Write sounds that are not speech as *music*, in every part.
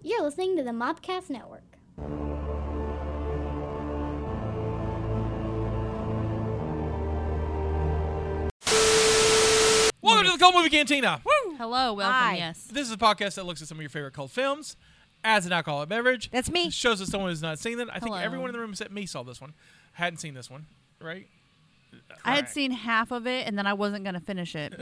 You're listening to the Mobcast Network. Welcome to the Cold Movie Cantina. Woo! Hello, welcome. Hi. Yes. This is a podcast that looks at some of your favorite cult films as an alcoholic beverage. *laughs* That's me. It shows that someone who's not seen it. I think Hello. everyone in the room except me saw this one. Hadn't seen this one, right? I had Alright. seen half of it and then I wasn't going to finish it.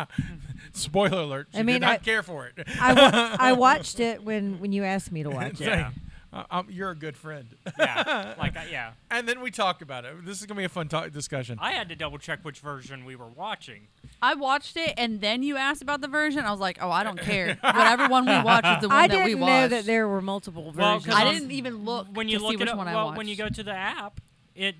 *laughs* Spoiler alert. She mean, did not I- care for it. *laughs* I, wa- I watched it when when you asked me to watch it. Yeah. Uh, um, you're a good friend. *laughs* *laughs* yeah. Like, I- yeah. and then we talk about it. This is going to be a fun talk- discussion. I had to double check which version we were watching. I watched it and then you asked about the version. I was like, oh, I *laughs* don't care. Whatever one we watch is *laughs* the one I that didn't we know watched. that there were multiple Well, 'cause versions. I on- didn't even look When you to look see at which it, one I well, watched. when you go to the app, it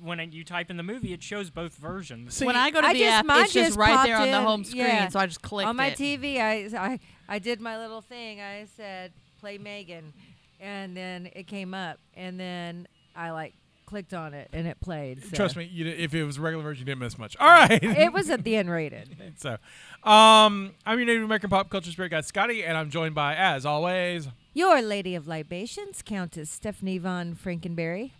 when it, you type in the movie, it shows both versions. See, when I go to I the just- app, mine it's just just right there popped on the in. home screen, Yeah. so I just clicked on my it. TV, I, I I did my little thing. I said play Megan, and then it came up, and then I like clicked on it, and it played. so. Trust me, you, di- if it was a regular version, you didn't miss much. All right. *laughs* it was at the end rated. *laughs* so, um, I'm your Native American pop culture spirit guide, Scotty, and I'm joined by, as always, Your Lady of Libations, Countess Stephanie von Frankenberry.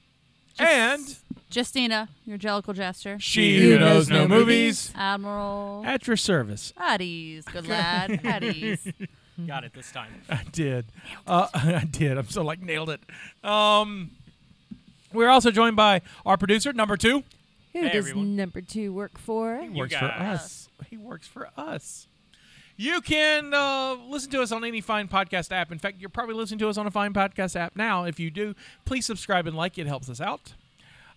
and Justina, your Jellicle Jester. she who knows no movies Admiral. at your service. Patties. *laughs* Good lad. Patties. Mm-hmm. Got it this time. *laughs* I did. Uh, *laughs* I did. I'm so like nailed it. Um, we're also joined by our producer number two. Who Hey, does everyone. number two work for? You works for guys. us. He works for us. You can uh, listen to us on any fine podcast app. In fact, you're probably listening to us on a fine podcast app now. If you do, please subscribe and like. It helps us out.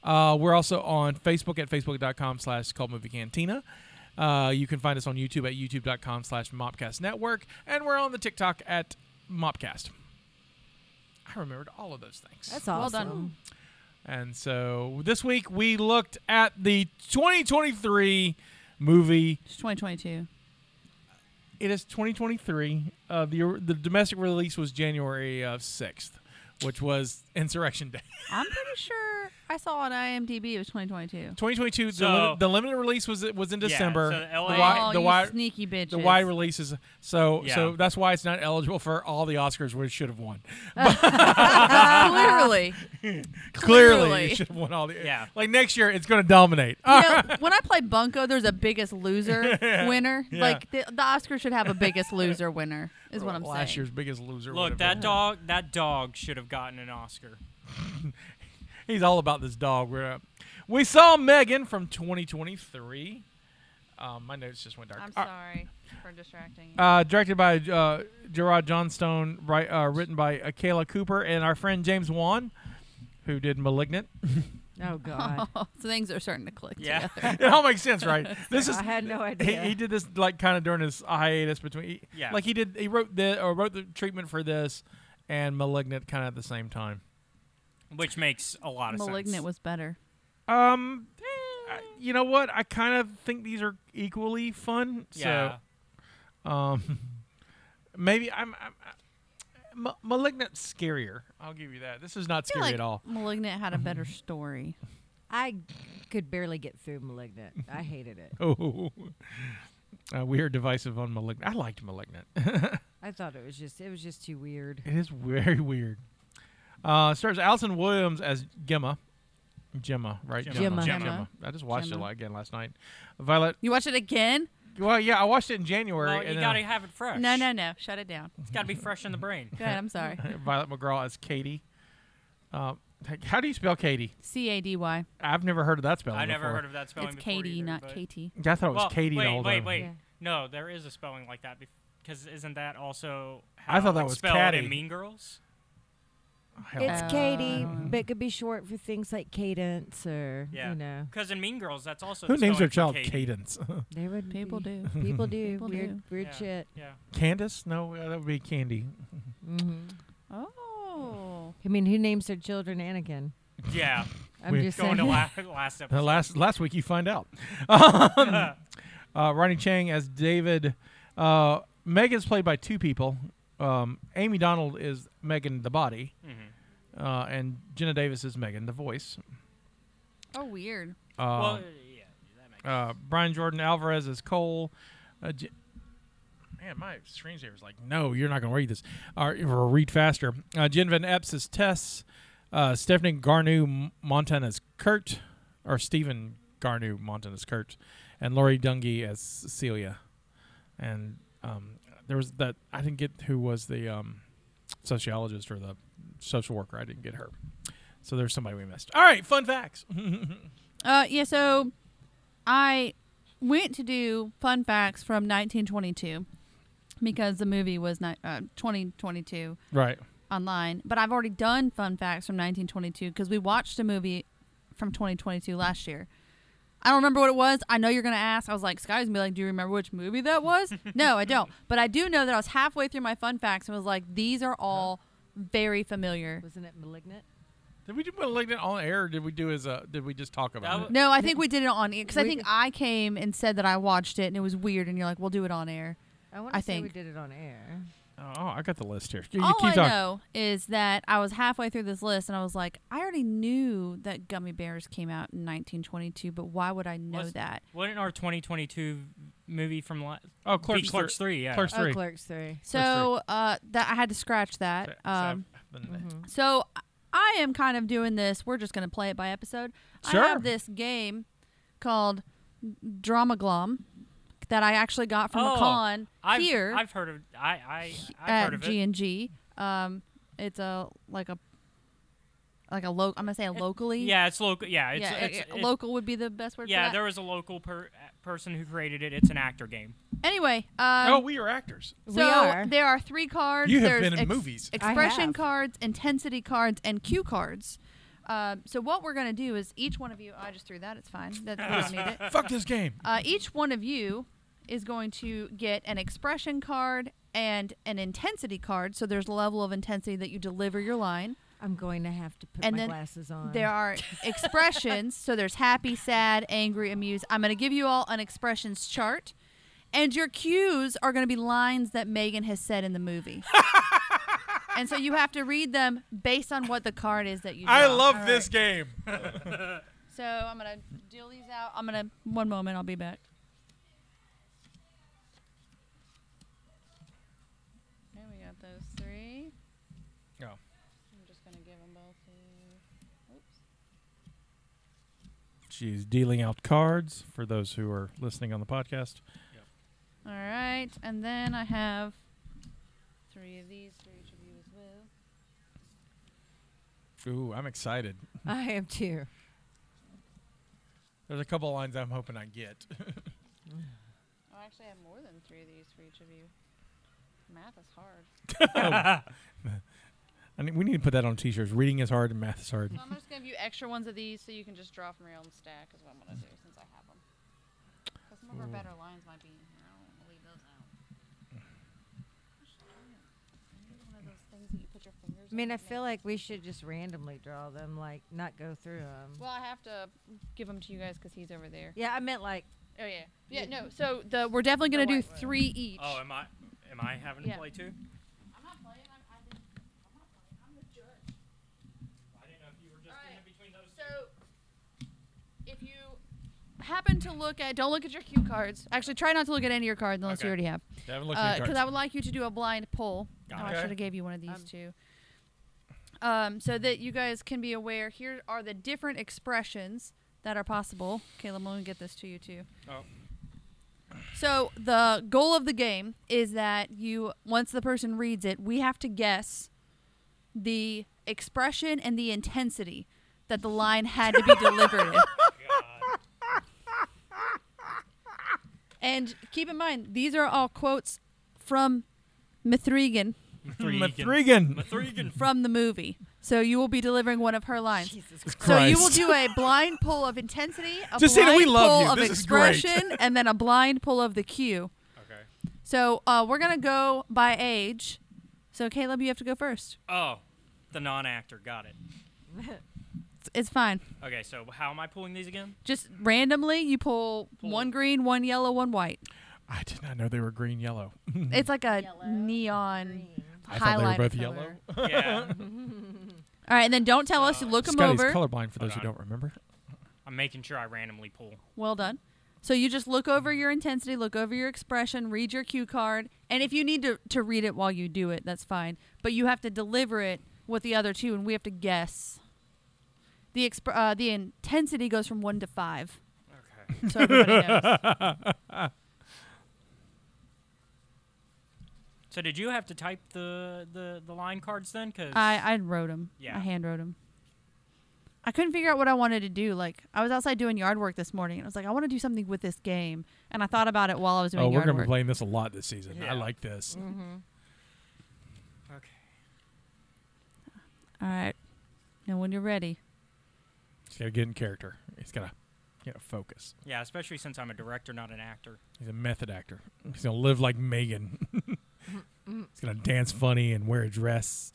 Uh, we're also on Facebook at facebook.com slash cult movie cantina. Uh, you can find us on YouTube at youtube.com slash mopcast network. And we're on the TikTok at mopcast. I remembered all of those things. That's Well awesome. done. And so this week we looked at the 2023 movie. It's 2022. It is 2023. Uh, the the domestic release was January of 6th, which was Insurrection Day. *laughs* I'm pretty sure I saw on IMDb it was 2022. 2022. the, So- lim- the limited release was was in Yeah, December. so LA the oh, wide the you wide sneaky bitches. the *laughs* wide release is so Yeah. so that's why it's not eligible for all the Oscars where it should have *laughs* won. Clearly. Clearly, Clearly. it should have won all the Yeah. Like next year, it's going to dominate. You know, when I play Bunko, there's a biggest loser winner. *laughs* Yeah. Like the, the Oscars should have a biggest loser winner, is what I'm Oh, Last saying. year's biggest loser. would Look, have that been- dog. That dog should have gotten an Oscar. He's all about this dog. We're up. We saw Megan from 2023. Um, my notes just went dark. I'm Uh, sorry for distracting *laughs* you. Uh, directed by uh, Gerard Johnstone, right, uh, written by Akela Cooper and our friend James Wan, who did *Malignant*. *laughs* Oh *laughs* God, so things are starting to click Yeah. together. it all makes sense, *laughs* right? This is I *laughs* had no he, idea. he did this like kind of during his hiatus between. He, Yeah. Like he did, he wrote the or wrote the treatment for this and *Malignant* kind of at the same time. *laughs* Which makes a lot of sense. Malignant was better. Um, I- you know what? I kind of think these are equally fun. yeah. So. Um, *laughs* maybe I'm. I'm, I'm Ma- Malignant's scarier. I'll give you that. This is not I scary feel like at all. *laughs* Malignant had a better story. I could barely get through *Malignant*. I *laughs* hated it. Oh, uh, we are divisive on Malignant. I liked Malignant. I thought it was just it was just too weird. it is very weird. Uh, stars Allison Williams as Gemma. Gemma, right? Gemma. Gemma. Gemma. I just watched Gemma. it again last night. Violet. You watch it again? Well, yeah, I watched it in January. Well, and you then gotta have it fresh. No, no, no. Shut it down. It's gotta be fresh in *laughs* the brain. Go ahead. I'm *laughs* sorry. Violet McGraw as Katie. Uh, how do you spell Katie? C A D Y. I've never heard of that spelling. I never before. heard of that spelling. It's before Katie, either, not but- Katie. Yeah, I thought it was Well, Katie Wait, the whole wait, time. wait. Yeah. No, there is a spelling like that because isn't that also? How I thought that it's was spelled catty. in Mean Girls. Hell, It's Uh, I Katie, but it could be short for things like cadence or Yeah. you know. Because in Mean Girls, that's also Who the names their spelling for child Katie. Cadence? *laughs* They would People *laughs* be- do. People do People weird do. weird Yeah. shit. Yeah. Candace? No, uh, that would be Candy. hmm Oh. I mean, who names their children Anakin? *laughs* Yeah. I'm Weird. just Going saying. to *laughs* la- last Uh, episode. last last week you find out. *laughs* uh, Ronnie Chang as David. Uh, Meg is played by two people. Um, Amy Donald is Megan the body, Mhm. uh, and Jenna Davis is Megan the voice. Oh, weird. Well, Uh, yeah, that makes uh, Brian Jordan Alvarez is Cole. Uh, J- Man, my screensaver is like, no, you're not going to read this. Or, or read faster. Uh, Jen Van Epps is Tess. Uh, Stephanie Garnu Montan as Kurt. Or Stephen Garnu Montan as Kurt. And Laurie Dungy as Celia. And um, there was that, I didn't get who was the um, sociologist or the social worker. I didn't get her. So there's somebody we missed. All right, fun facts. Mm-hmm. Uh, yeah, so I went to do fun facts from 1922 because the movie was ni- uh, 2022 right. online, but I've already done fun facts from 1922 because we watched a movie from 2022 last year. I don't remember what it was. I know you're gonna ask. I was like, Sky's gonna be like, "Do you remember which movie that was?" no, I don't. But I do know that I was halfway through my fun facts and was like, "These are all very familiar." *laughs* Wasn't it malignant? Did we do malignant on air, or did we do as a? Did we just talk about That it? w- No, I think we did it on air because I We- think I came and said that I watched it and it was weird, and you're like, "We'll do it on air." I want to I say we think. did it on air. Oh, I got the list here. You, you all keep I talking. know is that I was halfway through this list and I was like, I already knew that gummy bears came out in 1922, but why would I know Was- that? Wasn't our 2022 movie from la- Oh, Clerks, beat Clerks three. three? Yeah. Clerks Oh, three. Clerks three. So uh, that I had to scratch So- that. so Um, I've been- so I am kind of doing this. We're just going to play it by episode. Sure. I have this game called Drama Glom that I actually got from Oh, a con I've, here I've heard of. I I I've at heard of G it. and G. Um, it's a like a like a local. I'm gonna say a locally. Yeah, it's local. Yeah, it's, yeah, it's, it- it- local would be the best word. Yeah, for that. there was a local per- person who created it. It's an actor game. Anyway, um, oh, we are actors. so we are. there are three cards. You have There's been in ex- movies. I Expression have. cards, intensity cards, and cue cards. Um, so what we're gonna do is each one of you. I just threw that. It's fine. That we don't need *laughs* it. Fuck this game. Uh, each one of you is going to get an expression card and an intensity card. So there's a level of intensity that you deliver your line. I'm going to have to put And my then glasses on. *laughs* There are expressions. So there's happy, sad, angry, amused. I'm going to give you all an expressions chart. And your cues are going to be lines that Megan has said in *laughs* the movie. and so you have to read them based on what the card is that *laughs* you I draw. love this *laughs* game. So I'm going to deal these out. I'm going to, one moment, I'll be back. Okay, we got those three. Oh. I'm just going to give them both to. Oops. She's dealing out cards for those who are listening on the podcast. All right, and then I have three of these for each of you as well. Ooh, I'm excited. I am too. There's a couple of lines I'm hoping I get. *laughs* Oh, I actually have more than three of these for each of you. Math is *laughs* hard. I mean, we need to put that on t-shirts. Reading is hard and math is hard. *laughs* So I'm just gonna give you extra ones of these, so you can just draw from your own stack. Is what I'm gonna do since I have them. Because some of our better lines might be in here. I don't want to leave those out. I should do it. I need one of those things that you put your fingers I mean, in I that feel makes- like we should just randomly draw them, like not go through them. Well, I have to give them to you guys because he's over there. yeah, I meant like Oh yeah, yeah. No, so the we're definitely gonna do three each. Oh, am I? Am I having Yeah. to play too? I'm not playing. I'm, I didn't, I'm not playing. I'm the judge. I didn't know if you were just Alright. in between those. So, if you happen to look at, don't look at your cue cards. Actually, try not to look at any of your cards unless Okay. you already have, Haven't looked at because cards. Uh, I would like you to do a blind pull. Oh, Got I it. should have gave you one of these Um, too. Um, so that you guys can be aware. Here are the different expressions that are possible. Caleb, let me get this to you too. Oh. So the goal of the game is that you, once the person reads it, we have to guess the expression and the intensity that the line had to *laughs* be delivered. in. And keep in mind, these are all quotes from Mithrigan *laughs* Mathregan. *laughs* Mathregan. from the movie. So you will be delivering one of her lines. Jesus. So you will do a blind pull of intensity, a Justina, blind we love pull you. of This is great. expression, and then a blind pull of the cue. Okay. So uh, we're gonna go by age. So Caleb, you have to go first. Oh, the non-actor. Got it. It's, it's fine. Okay, so how am I pulling these *laughs* again? Just randomly, you pull, one green, one yellow, one white. I did not know they were green yellow. It's like a Yellow, neon Mm-hmm. I highlight. thought they were both color. yellow. Yeah, All right, and then don't tell us. You look them Scotty's over. colorblind for those who Hold on. don't remember. I'm making sure I randomly pull. Well done. So you just look over your intensity, look over your expression, read your cue card, and if you need to, to read it while you do it, that's fine. But you have to deliver it with the other two, and we have to guess. The exp- uh, the intensity goes from one to five, Okay. so everybody knows. *laughs* So did you have to type the the, the line cards then? Cause I I wrote them. Yeah. I hand wrote them. I couldn't figure out what I wanted to do. Like I was outside doing yard work this morning, and I was like, I want to do something with this game, and I thought about it while I was doing Oh, we're yard gonna be work. playing this a lot this season. Yeah. I like this. okay. All right, now when you're ready, He's gotta get in character. He's gotta, gotta focus. Yeah, especially since I'm a director, not an actor. He's a method actor. He's gonna live like Megan. *laughs* He's gonna dance funny and wear a dress.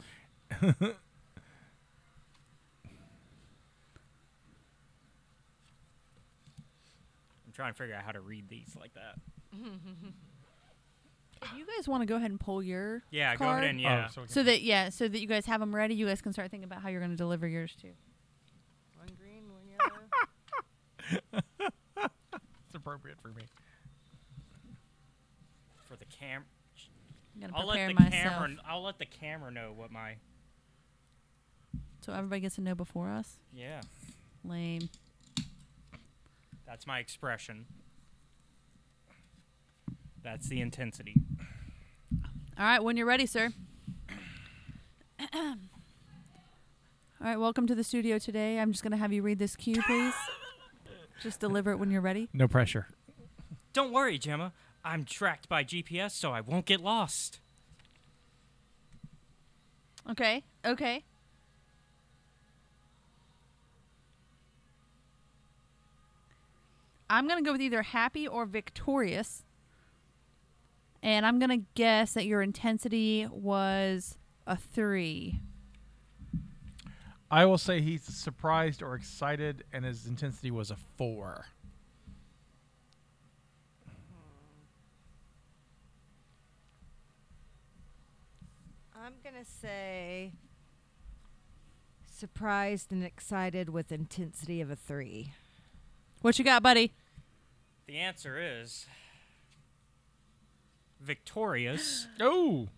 I'm trying to figure out how to read these like that. if you guys want to go ahead and pull your Yeah, go Card? ahead and yeah. Oh, so we can- So that yeah, so that you guys have them ready, you guys can start thinking about how you're going to deliver yours too. One green, one yellow. *laughs* it's appropriate for me. for the cam. I'm going to I'll prepare let the myself camera. I'll let the camera know what my. so everybody gets to know before us. Yeah, Lame. that's my expression. That's the intensity. All right, when you're ready, sir. *coughs* All right, welcome to the studio today. I'm just going to have you read this cue, please. just deliver it when you're ready. No pressure. Don't worry, Gemma. I'm tracked by GPS, so I won't get lost. Okay. Okay. I'm going to go with either happy or victorious. And I'm going to guess that your intensity was a three. I will say he's surprised or excited, and his intensity was a four. I'm gonna say surprised and excited with intensity of a three. What you got, buddy? The answer is *gasps* victorious Oh.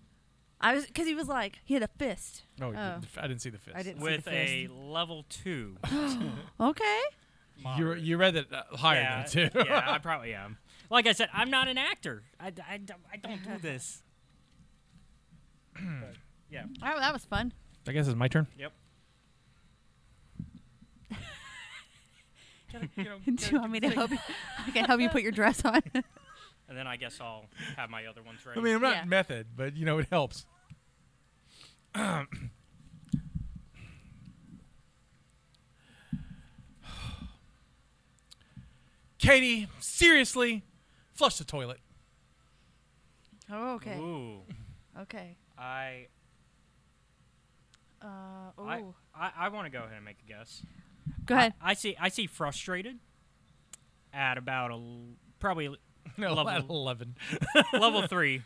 I was because he was like he had a fist. No, the- Oh. the f- I didn't see the fist. I didn't with see the a fist. level two. *laughs* Okay. You you read it uh, higher yeah, too. yeah, *laughs* I probably am. Like I said, I'm not an actor. I, I, don't- I don't do *laughs* this. But, yeah. All right, well, that was fun. I guess it's my turn. Yep. *laughs* *laughs* Do you want me to help you? I can help you put your dress on. And then I guess I'll have my other ones ready. I mean, I'm not Yeah. method, but you know it helps. *clears throat* Katie, seriously, flush the toilet. *laughs* *laughs* oh, okay. Ooh, Okay. I Uh, I, I, I want to go ahead and make a guess. Go ahead. I, I see I see frustrated at about a l- probably No, Level. at eleven. *laughs* level three.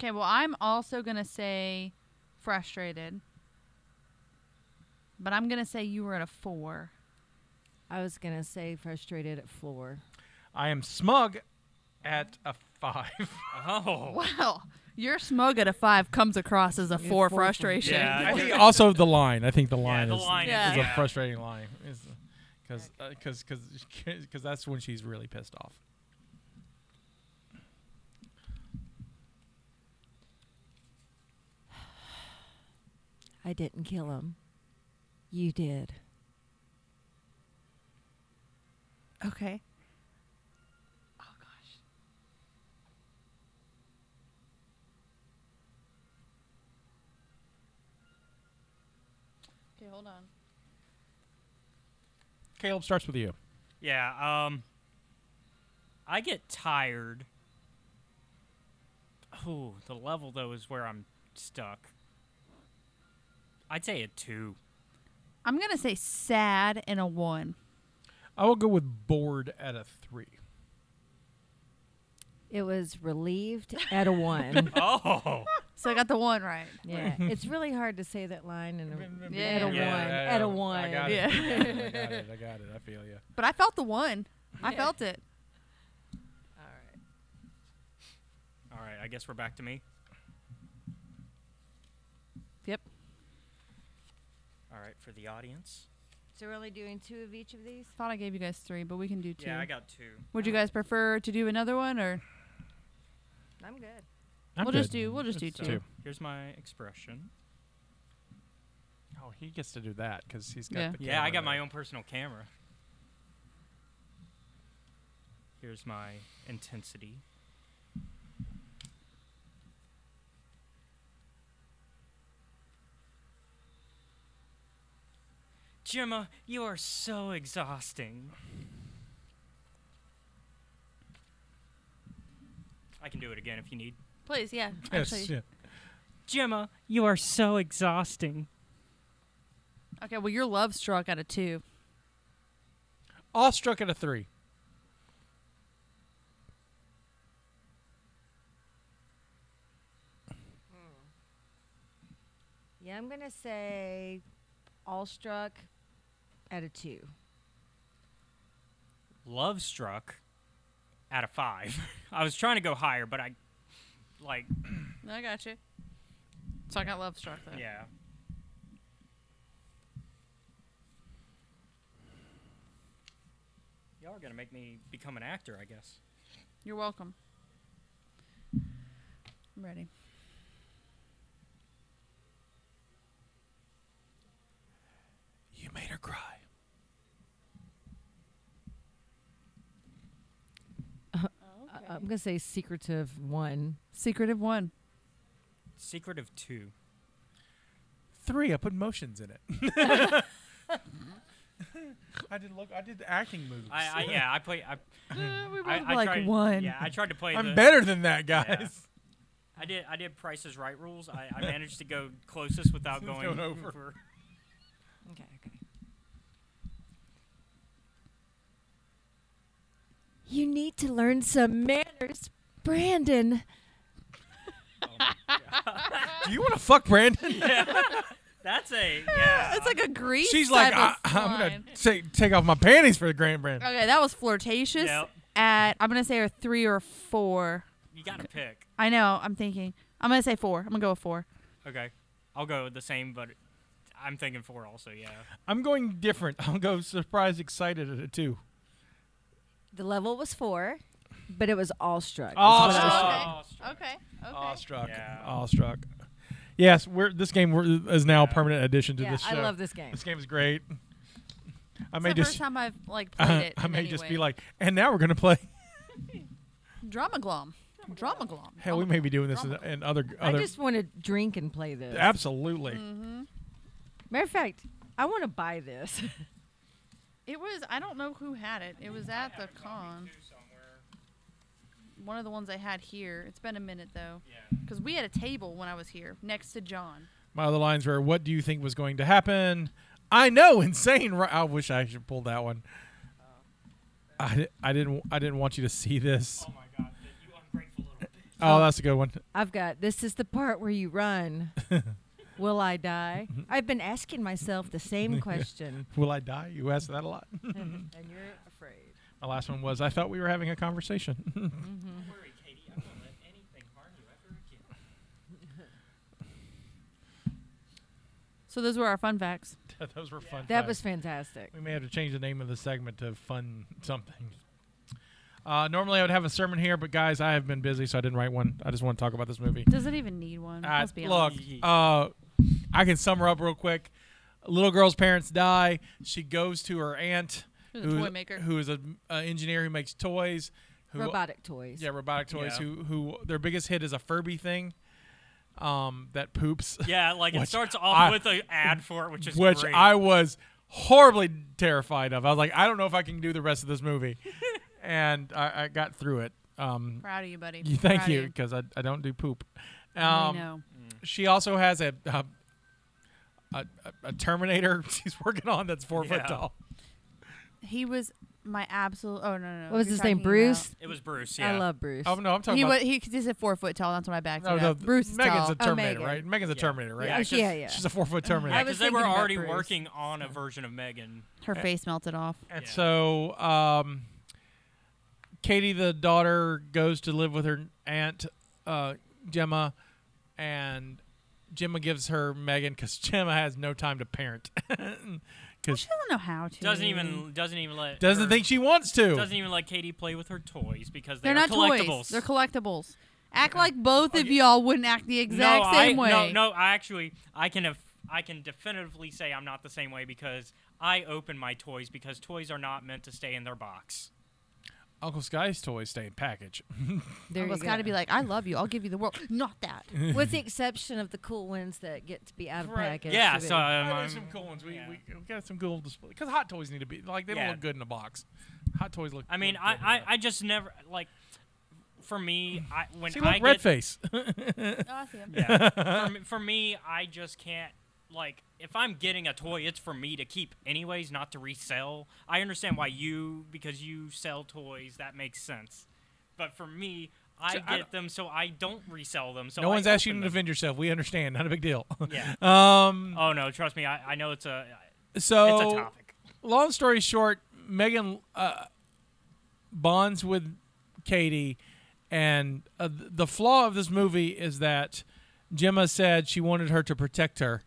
Okay, well, I'm also going to say frustrated. But I'm going to say you were at a *laughs* four. I was gonna say frustrated at floor. I am smug at a five. *laughs* Oh, Wow. Your smug at a five comes across as a four four for me. frustration. Yeah. I think *laughs* also the line. I think the yeah, line the is, line Yeah. is is a yeah. frustrating line. uh, Because because *laughs* because that's when she's really pissed off. I didn't kill him. You did. Okay. Oh, Okay, hold on. Caleb starts with you. Yeah, um I get tired. Oh, the level though is where I'm stuck. I'd say a 2. I'm going to say sad and a one. I will go with bored at a three. *laughs* It was relieved at a one. *laughs* Oh. So I got the one right. Yeah, it's really hard to say that line in a at a Yeah. one. I At a know. one. *laughs* I got Yeah. it. I *laughs* got it. I got it. I feel you. But I felt the one. I felt it. All right. All right, I guess we're back to me. Yep. All right, for the audience. So we're only doing two of each of these. Thought I gave you guys three, but we can do two. Yeah, I got two. Would you guys prefer to do another one or I'm good. we'll just do we'll just do So two. Two. here's my expression. Oh, he gets to do that because he's got Yeah. the Yeah, I got camera my there. own personal camera. Here's my intensity. Gemma, you are so exhausting. I can do it again if you need. Please, yeah. Yes, Actually. yeah. Gemma, you are so exhausting. Okay, well your love struck out of two. All struck at a three. Yeah, I'm gonna say all struck at a two. Love struck out of five. *laughs* I was trying to go higher, but I like I got you. So I got love struck though. Yeah. Y'all are gonna make me become an actor, I guess. You're welcome. I'm ready. You made her cry. Okay. I'm gonna say secretive one. Secretive one. Secret of two. Three. I put motions in it. *laughs* I did look. I did acting moves. I, I yeah, I play. I, *laughs* we I, I like tried, one. Yeah, I tried to play. am the, better than that, yeah. guys. I did. I did Price's Right rules. I, I managed to go closest without Going going, *laughs* over. Okay, okay. You need to learn some manners, Brandon. Do you want to fuck Brandon? That's a yeah. It's like a grease. She's like, I, type of I'm gonna line. take take off my panties for the Grand Brandon. Okay, that was flirtatious. Yep. At I'm gonna say a three or a four. you gotta pick. I know. I'm thinking. I'm gonna say four. I'm gonna go with four. Okay, I'll go the same, but I'm thinking four also. Yeah. I'm going different. I'll go surprised, excited at a two. The level was four, but it was all struck. All That's what I was struck. saying. Okay. Okay. Awestruck. Yeah. Awestruck. Yes, we're this game we're, is now a Yeah. permanent addition to Yeah, this show. I love this game. This game is great. I It's may the just *laughs* first time I've like played I, it. I in may any just way. be like, and now we're gonna play. *laughs* drama glom, drama glom. Hell, we may be doing this in, in other other. I just want to drink and play this. *laughs* absolutely. Mm-hmm. Matter of fact, I want to buy this. *laughs* It was. I don't know who had it. It was at the con. One of the ones they had here. It's been a minute though, Yeah. because we had a table when I was here next to John. My other lines were, "What do you think was going to happen?" I know, *laughs* insane. Ri- I wish I should pull that one. Oh. I, di- I didn't I didn't want you to see this. Oh my god, you ungrateful little bitch. *laughs* Oh, that's a good one. *laughs* I've got this is the part where you run. Will I die? I've been asking myself *laughs* the same question, Will I die? You asked that a lot. *laughs* and you're afraid. My last one was, "I thought we were having a conversation." *laughs* Don't worry, Katie. I won't let anything harm you ever again. So those were our fun facts. Those were fun. That times. was fantastic. We may have to change the name of the segment to fun something. Uh, normally I would have a sermon here, but guys, I have been busy, so I didn't write one. I just want to talk about this movie. Does it even need one? Uh, Let's be look, honest. uh, I can sum her up real quick. Little girl's parents die. She goes to her aunt, Who's a toy maker. who is an engineer who makes toys. Who, Robotic toys. Yeah, robotic toys. Yeah. Who who their biggest hit is a Furby thing, um, that poops. *laughs* Yeah, like it Which starts off I- with an ad for it, which is which great. I was horribly terrified of. I was like, I don't know if I can do the rest of this *laughs* movie, and I, I got through it. Um, Proud of you, buddy. you- thank Proud of you because I, I don't do poop. I Um, know. she also has a a, *laughs* a, a Terminator she's working on that's four Yeah. foot tall. He was my absolute. Oh no, no. no What was you're his name? talking about- Bruce. It was Bruce. Yeah. I love Bruce. Oh no, I'm talking He about was he, 'cause he said four foot tall. That's what I backed no, it no, up. Bruce is Megan's tall. a Terminator, Megan. right? Megan's a Oh, Yeah. Terminator, right? Yeah, Oh, 'cause- yeah, yeah. She's a four foot Terminator. Yeah, I was because they were thinking about already Bruce. working on a version of Megan. Her face melted off. And Yeah. so um, Katie, the daughter, goes to live with her aunt uh, Gemma, and Gemma gives her Megan because *laughs* Gemma has no time to parent *laughs* because She doesn't know how to. Doesn't even doesn't even let doesn't her- think she wants to. doesn't even let Katie play with her toys because they They're are not collectibles. toys. They're collectibles. Act like both Oh, of y'all wouldn't act the exact no, same I, way. No, no, I actually I can af- I can definitively say I'm not the same way because I open my toys because toys are not meant to stay in their box. *laughs* Uncle Sky's toys stay in *laughs* package. there Uncle's *laughs* got to be like, I love you. I'll give you the world. Not that. *laughs* with the exception of the cool ones that get to be out of Right. package. yeah, a bit. so um, Oh, I'm, there's some cool ones. We, yeah. we, we got some cool display because hot toys need to be like they don't Yeah. look good in a box. Hot toys look. I mean look I, good in I a- I just never like for me I when See, I look, red get *laughs* face. *laughs* yeah. for, me, for me, I just can't like if I'm getting a toy, it's for me to keep anyways, not to resell. I understand why you because you sell toys, that makes sense. But for me, I So, I get them so I don't resell them. So no I one's asked you to open them. defend yourself. We understand. Not a big deal. *laughs* Yeah. um. Oh no, trust me, I, I know it's a So it's a topic. long story short, Megan uh, bonds with Katie, and uh, th- the flaw of this movie is that Gemma said she wanted her to protect her,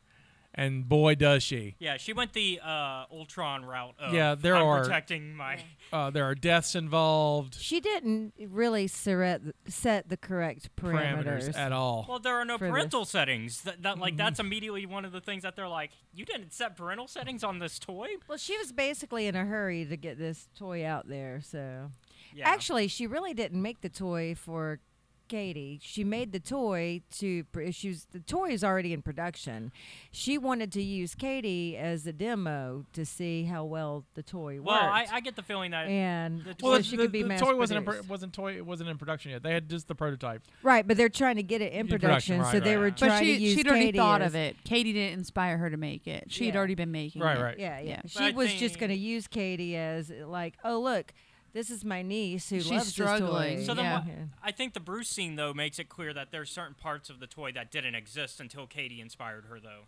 and boy does she. Yeah, she went the uh, Ultron route. Of, Yeah, there I'm are- protecting my. Uh, there are deaths involved, she didn't really seret, set the correct parameters, parameters. at all. Well, there are no For this. parental settings. That, that like that's immediately one of the things that they're like, you didn't set parental settings on this toy. Well, she was basically in a hurry to get this toy out there. So Yeah. actually, she really didn't make the toy for Katie. She made the toy to pr- she was The toy is already in production. She wanted to use Katie as a demo to see how well the toy well, I, worked. I get the feeling that and the so toy- she could be the mass toy wasn't in, pro- produced. wasn't toy it wasn't in production yet. They had just the prototype. right, but they're trying to get it in In production, production, right, so they right. were But trying But to use she she'd already Katie thought as- of it. Katie didn't inspire her to make it. She had Yeah. already been making Right, it. right. Yeah, yeah. Yeah. She But I was just think- going to use Katie as like, oh look, this is my niece who She's loves struggling. this toy. So then Yeah. what, I think the Bruce scene though makes it clear that there's certain parts of the toy that didn't exist until Katie inspired her though.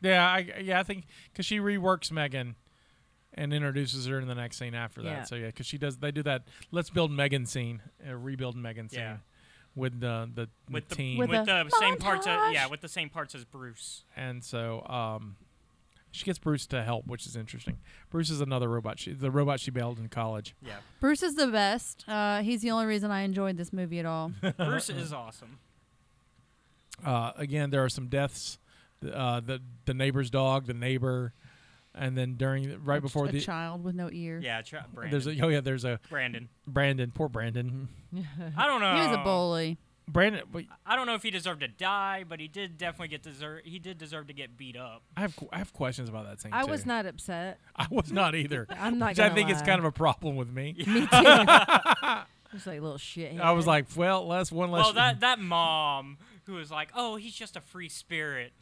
Yeah, I, yeah, I think because she reworks Megan and introduces her in the next scene after that. Yeah. So yeah, because she does, they do that. Let's build Megan scene, uh, rebuild Megan scene Yeah. with the the, the With the team, with, With the a same parts of, yeah, montage. with the same parts as Bruce. and so um, she gets Bruce to help, which is interesting. Bruce is another robot. She the robot she bailed in college. Yeah. Bruce is the best. Uh, he's the only reason I enjoyed this movie at all. Bruce is awesome. Uh, again, there are some deaths. Uh, the the neighbor's dog, the neighbor, and then during right before *laughs* a the child with no ear. Yeah, tra- Brandon. there's a oh yeah there's a Brandon. Brandon poor Brandon I don't know. He was a bully. Brandon wait, I don't know if he deserved to die, but he did definitely get deserve. He did deserve to get beat up. I have I have questions about that scene. I too. was not upset. *laughs* I was not *laughs* either. I'm not. Which I gonna think is lie. kind *laughs* of a problem with me. *laughs* It's like little shit. I was like, well, less one less. Well, that that mom who was like, "Oh, he's just a free spirit."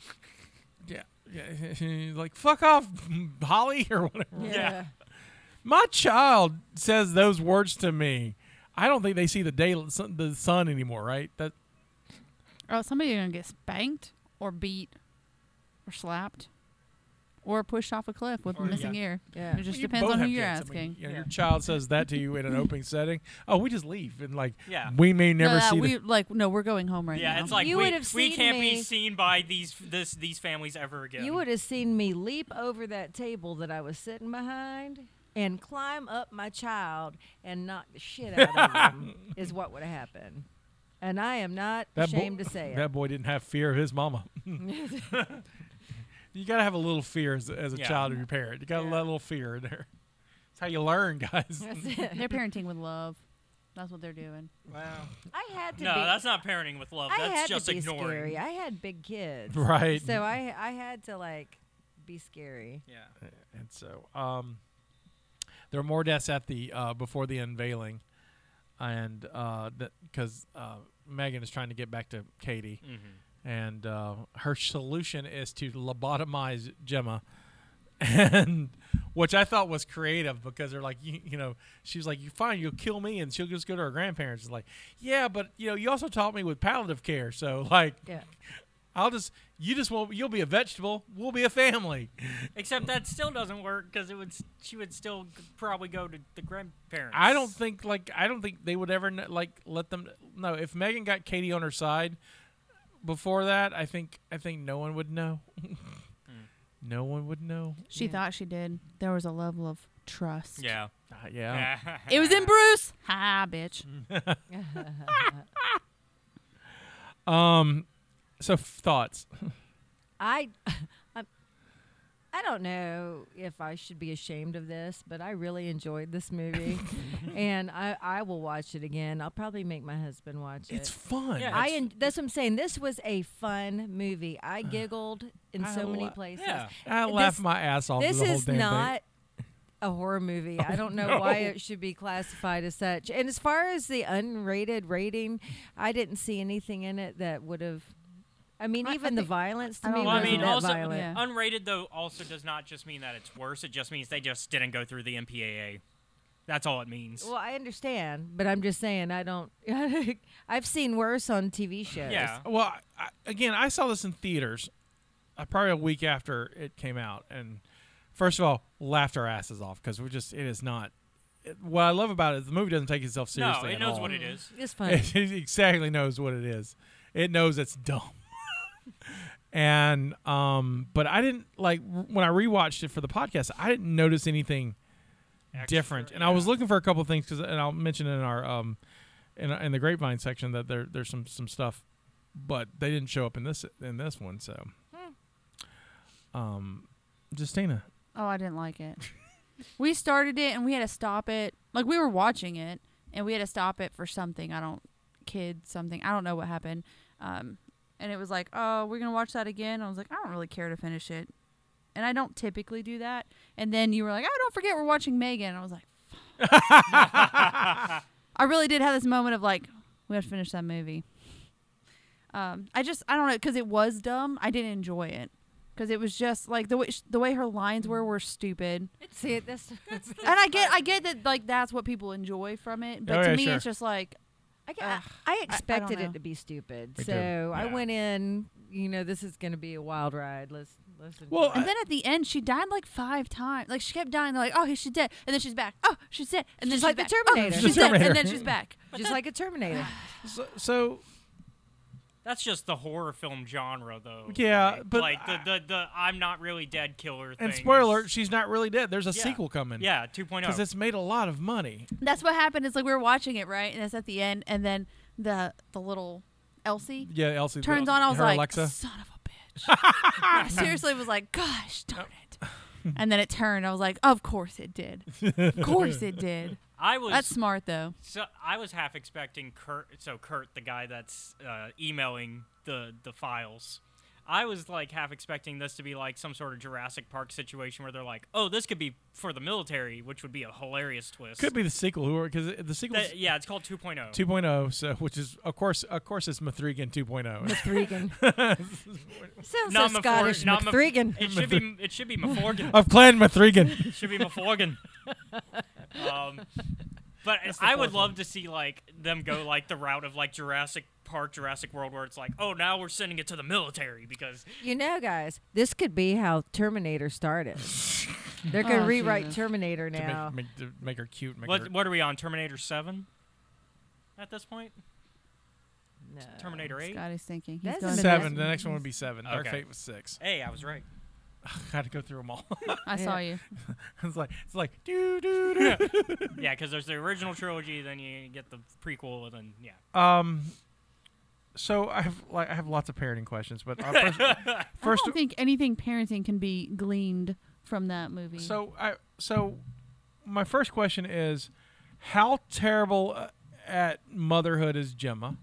*laughs* yeah, yeah. *laughs* like fuck off, Holly *laughs* or whatever. Yeah. My child says those words to me. I don't think they see the day sun, the sun anymore, right? That Oh, somebody's gonna get spanked or beat or slapped or pushed off a cliff with Or- a missing yeah. ear. Yeah. It just you depends both on who have you're kids. I asking. mean, you know, Your Yeah. child says that to you in *laughs* an opening setting. Oh, we just leave and like Yeah. we may never no, that- see Uh, we the like no, we're going home right now. Yeah, it's like You we, would've we seen can't be me. seen by these this these families ever again. You would have seen me leap over that table that I was sitting behind and climb up my child and knock the shit out of him. *laughs* Is what would have happened. And I am not that boy- ashamed to say it. That boy didn't have fear of his mama. *laughs* you gotta have a little fear as, as a Yeah. child of your parent. You gotta Yeah. let a little fear in there. That's how you learn, guys. *laughs* they're parenting with love. That's what they're doing. Wow. I had to No, be. that's not parenting with love. I that's had just to be ignoring. scary. I had big *laughs* kids. right. So I I had to like be scary. Yeah. and so um, there are more deaths at the uh, before the unveiling, and uh, that because uh, Megan is trying to get back to Katie, and uh, her solution is to lobotomize Gemma. *laughs* and which I thought was creative because they're like, you, you know, she was like, "You're fine, you'll kill me," and she'll just go to her grandparents. It's like, yeah, but you know, you also taught me with palliative care, so *laughs* like, Yeah. *laughs* I'll just, you just won't, you'll be a vegetable, we'll be a family. Except that still doesn't work because it would s- she would still g- probably go to the grandparents. I don't think like I don't think they would ever kn- like let them. No, if Megan got Katie on her side before that, I think I think no one would know. Hmm. No one would know. She thought she did. There was a level of trust. Yeah. Uh, yeah. *laughs* It was in Bruce. Ha, bitch. Um. So f- thoughts. I, *laughs* I, I don't know if I should be ashamed of this, but I really enjoyed this *laughs* movie, and I, I will watch it again. I'll probably make my husband watch It's it. fun. Yeah. I it's- en- that's what I'm saying. This was a fun movie. I giggled in I so many la- places. Yeah. I laughed This- my ass off. This through the whole is damn Oh, not a horror *laughs* movie. I don't know why it should be classified as such. And as far as the unrated rating, I didn't see anything in it that would have. I mean, I- I even the think- violence to I me don't Well, I wasn't know. mean, that also violent. Yeah. unrated though also does not just mean that it's worse. It just means they just didn't go through the MPAA. That's all it means. Well, I understand, but I'm just saying I don't. *laughs* I've seen worse on TV shows. yeah. thing. Well, I, again, I saw this in theaters, uh, probably a week after it came out, and first of all, laughed our asses off because we're just it is not. It, what I love about it is the movie doesn't take itself No, seriously. it at knows all. what it is. it's funny. *laughs* *laughs* It exactly knows what it is. It knows it's dumb. *laughs* and um, but I didn't like r- when I rewatched it for the podcast. I didn't notice anything Extra, different. And I was yeah. looking for a couple things because, and I'll mention in our um, in, in the grapevine section that there there's some some stuff, but they didn't show up in this in this one. So, Hmm. um, Justina, Oh, I didn't like it. we started it and we had to stop it. Like we were watching it and we had to stop it for something. I don't kid something. I don't know what happened. Um, and it was like, oh, we're gonna watch that again. I was like, I don't really care to finish it, and I don't typically do that. And then you were like, oh, don't forget we're watching Megan. I was like, I really did have this moment of like, we have to finish that movie. Um, I just I don't know because it was dumb. I didn't enjoy it because it was just like the way sh- the way her lines were were *laughs* stupid. See, *laughs* this and I get I get that like that's what people enjoy from it, but Oh, to yeah, me sure. it's just like I, Ugh, I expected know. it to be stupid, Me too. so I Yeah. went in. You know, this is going to be a wild ride. Let's listen. Well, *laughs* and I- then at the end she died like five times. Like she kept dying. They're like, oh, she's dead, and then she's back. Oh, she's dead, and then She's she's like the back. Terminator. Oh, The she's dead, Terminator. and then she's back. just like a Terminator. so, so That's just the horror film genre, though. Yeah, like, but like I- the, the the I'm not really dead killer thing. and spoiler alert, is- she's not really dead. There's a Yeah. sequel coming. *laughs* Yeah, oh. 2.0. because it's made a lot of money. That's what happened. It's like we were watching it right, and it's at the end, and then the the little Elsie Yeah, Elsie the- turns on. I was her like, Alexa. son of *laughs* a bitch. I seriously was like, gosh darn it. And then it turned. I was like, of course it did. Of course it *laughs* did. I was That's smart though. So I was half expecting Kurt. So Kurt, the guy that's uh, emailing the the files, I was like half expecting this to be like some sort of Jurassic Park situation where they're like, "Oh, this could be for the military," which would be a hilarious twist. Could be the sequel, who because the sequel's That- yeah, it's called oh. 2.0. 2.0, so which is of course, of course, it's Mathregan 2.0. Mithrigan. *laughs* Sounds Not so Mafor- Scottish. not Maf- Mithrigan. It should be. *laughs* It should be Maforgan. *laughs* of Clan *laughs* Mathregan. It should be Maforgan. um, but I would love to see like them go like the route of like Jurassic Park, Jurassic World, where it's like, "Oh, now we're sending it to the military because." You know, guys, this could be how Terminator started. They're going to Oh, rewrite Jesus. Terminator to now. make, make, to make her cute. Make her, What, what are we on? Terminator 7 at this point? No. Terminator 8? Scotty's thinking. He's That's going to seven. the- The next one would be seven. Our Okay. fate was six. *laughs* Hey, I was right. Got to go through them all. *laughs* I saw you. it's like it's like doo doo *laughs* doo. Yeah, because there's the original trilogy, then you get the prequel, and then, yeah. Um, so I have like I have lots of parenting questions, but our first, *laughs* first I don't think anything parenting can be gleaned from that movie. So I so my first question is how terrible uh, at motherhood is Gemma?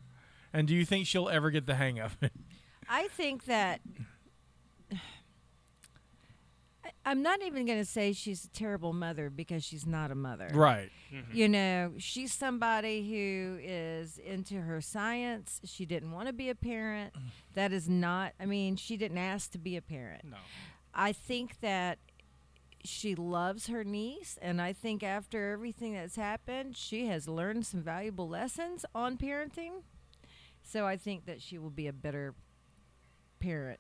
And do you think she'll ever get the hang of it? I think that *sighs* I- I'm not even going to say she's a terrible mother because she's not a mother. Right. You know, she's somebody who is into her science. She didn't want to be a parent. That is not, I mean, she didn't ask to be a parent. No. I think that she loves her niece, and I think after everything that's happened, she has learned some valuable lessons on parenting. So I think that she will be a better parent.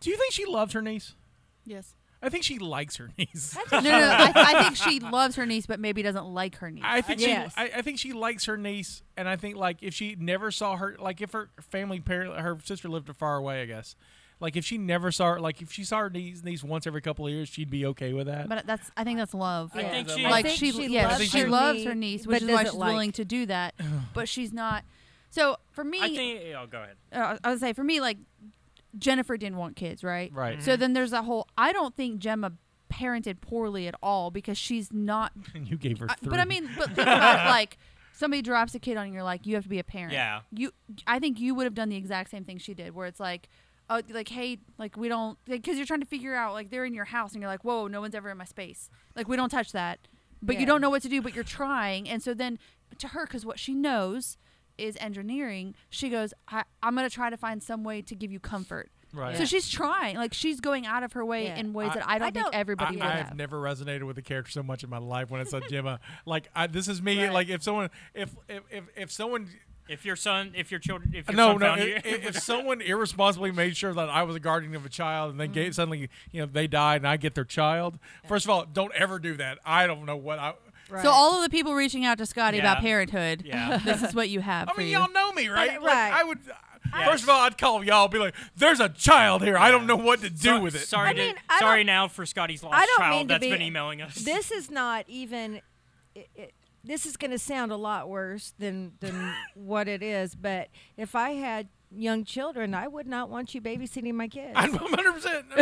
Do you think she loves her niece? *laughs* Yes. I think she likes her *laughs* niece. No, no, no. I, I think she loves her niece, but maybe doesn't like her niece. I think Yes. she, I, I think she likes her niece, and I think like if she never saw her, like if her family parent, her sister lived far away, I guess. Like if she never saw her, like if she saw her niece, niece once every couple of years, she'd be okay with that. but that's. I think that's love. I think she- like I she, yes, loves she her loves nie- her niece, but which is why doesn't she's like- willing to *sighs* do that. but she's not. So for me, I think. Oh, go ahead. uh, I would say for me, like Jennifer didn't want kids, right? right. So then there's that whole. I don't think Gemma parented poorly at all because she's not. And *laughs* you gave her I- three. but I mean, *laughs* but think about it, like somebody drops a kid on you, you're like, you have to be a parent. Yeah. You, I think you would have done the exact same thing she did, where it's like. Oh, like hey, like we don't, because you're trying to figure out, like they're in your house, and you're like, whoa, no one's ever in my space. Like we don't touch that, but you Yeah. don't know what to do, but you're trying, and so then to her, because what she knows is engineering, she goes, I, I'm gonna try to find some way to give you comfort. right. So she's trying, like she's going out of her way Yeah. in ways Oh, I- that I don't I think don't- I, everybody would I have. have never resonated with a character so much in my life when I saw Gemma. like I, this is me. Like if someone, if if if, if someone, If your son, if your children, if your no son no, found you, if, if someone irresponsibly made sure that I was a guardian of a child and then gave suddenly you know they died and I get their child. First of all, don't ever do that. I don't know what I. Right. So all of the people reaching out to Scotty Yeah. about parenthood, *laughs* Yeah. *laughs* this is what you have. I for mean, you. y'all know me, right? But, Like, right. I would. I- First of all, I'd call y'all, be like, "There's a child here. I don't know what to do So- with it." Sorry, I to- mean, I sorry don't- now for Scotty's lost I don't mean child to that's be- been emailing us. This is not even. It, it, this is going to sound a lot worse than than what it is, but if I had young children, I would not want you babysitting my kids. *laughs* I'm 100. percent *laughs*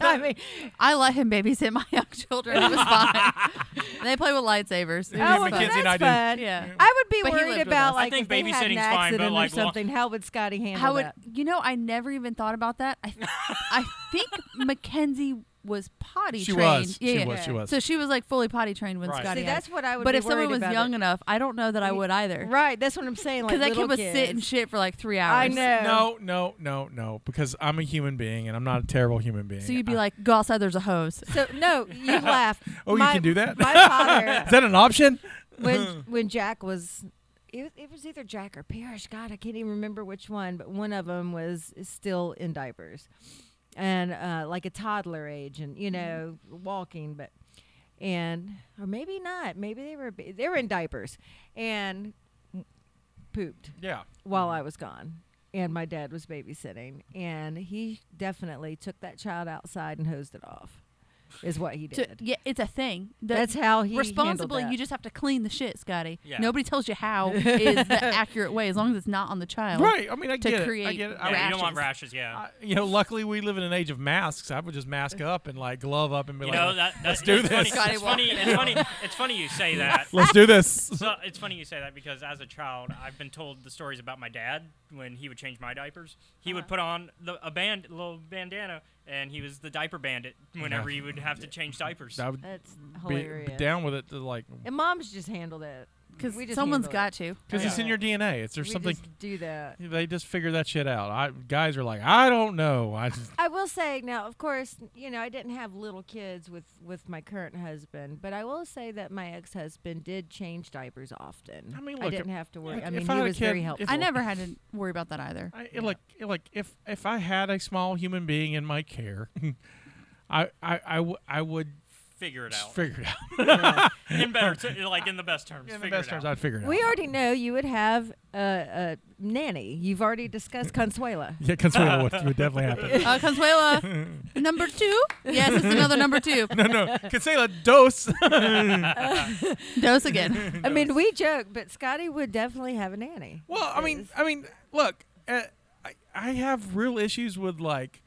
I mean, I let him babysit my *laughs* young children. *laughs* It was fine. they play with lightsabers. It oh, was well, Mackenzie fun. and I that's do. fun. Yeah. I would be But he lived worried with us. about I like think if they had an babysitting's fine, but, accident like, or well- something. How would Scotty handle How would that? you know? I never even thought about that. *laughs* I, I think Mackenzie was potty She trained. was. Yeah, She yeah. was. She was. So she was like fully potty trained when Right. Scotty. See, had- that's what I would. but be if someone worried was about young it. enough, I don't know that I would either. right? That's what *laughs* I'm saying. Like Because that kid little was kids. sitting shit for like three hours. I no, know. no, no, no. Because I'm a human being, and I'm not a terrible human being. So you'd be I- like, go outside. There's a hose. So no, you laugh. Oh, My- you can do that? My *laughs* father Is that an option? when *laughs* when Jack was, it was, it was either Jack or Parrish. God, I can't even remember which one, but one of them was still in diapers, and uh, like a toddler age, and Mm-hmm. you know, walking, but and or maybe not. Maybe they were they were in diapers and pooped Yeah. while Mm-hmm. I was gone. And my dad was babysitting, and he definitely took that child outside and hosed it off, is what he So, did. yeah, it's a thing. The- That's how he handled responsibly. that. You just have to clean the shit, Scotty. Yeah. Nobody tells you *laughs* how is the accurate way, as long as it's not on the child. Right. I mean, I to get it. I create get it. I, yeah, you don't want rashes. rashes, yeah. I- you know, luckily we live in an age of masks. I would just mask up and like glove up and be you like, know that. That's, do it's this. Funny, Scotty it's, funny, walking it's funny. It's funny *laughs* you say that. "Let's do this." *laughs* So it's funny you say that because as a child, I've been told the stories about my dad when he would change my diapers. He would put on the, a band, little bandana, and he was the diaper bandit whenever he would have to change diapers. I would That's be- be, hilarious. down with it. To like, And mom's just handled it. Because We just someone's handle got to. because Yeah. it's in your DNA. It's there's we something. just do *laughs* that. They just figure that shit out. I guys are like, I don't know. I just I will say now, of course, you know, I didn't have little kids with with my current husband, but I will say that my ex husband did change diapers often. I mean, I look, didn't have to worry. look, I if mean, I had he a was kid- very if- helpful. I never had to worry about that *laughs* either. I, like like if if I had a small human being in my care, *laughs* I I I, w- I would figure it just out. figure it out. in *laughs* better, t- like in the best terms. In the figure best it terms, out. I'd figure it we out. already know you would have a, a nanny. You've already *laughs* discussed Consuela. Yeah, Consuelo would, would *laughs* definitely happen. Uh, Consuela, number two. Yes, it's another number two. No, no, Consuelo dos. Dose again. I mean, we joke, but Scotty would definitely have a nanny. *laughs* Well, I mean, I mean, look, uh, I I have real issues with like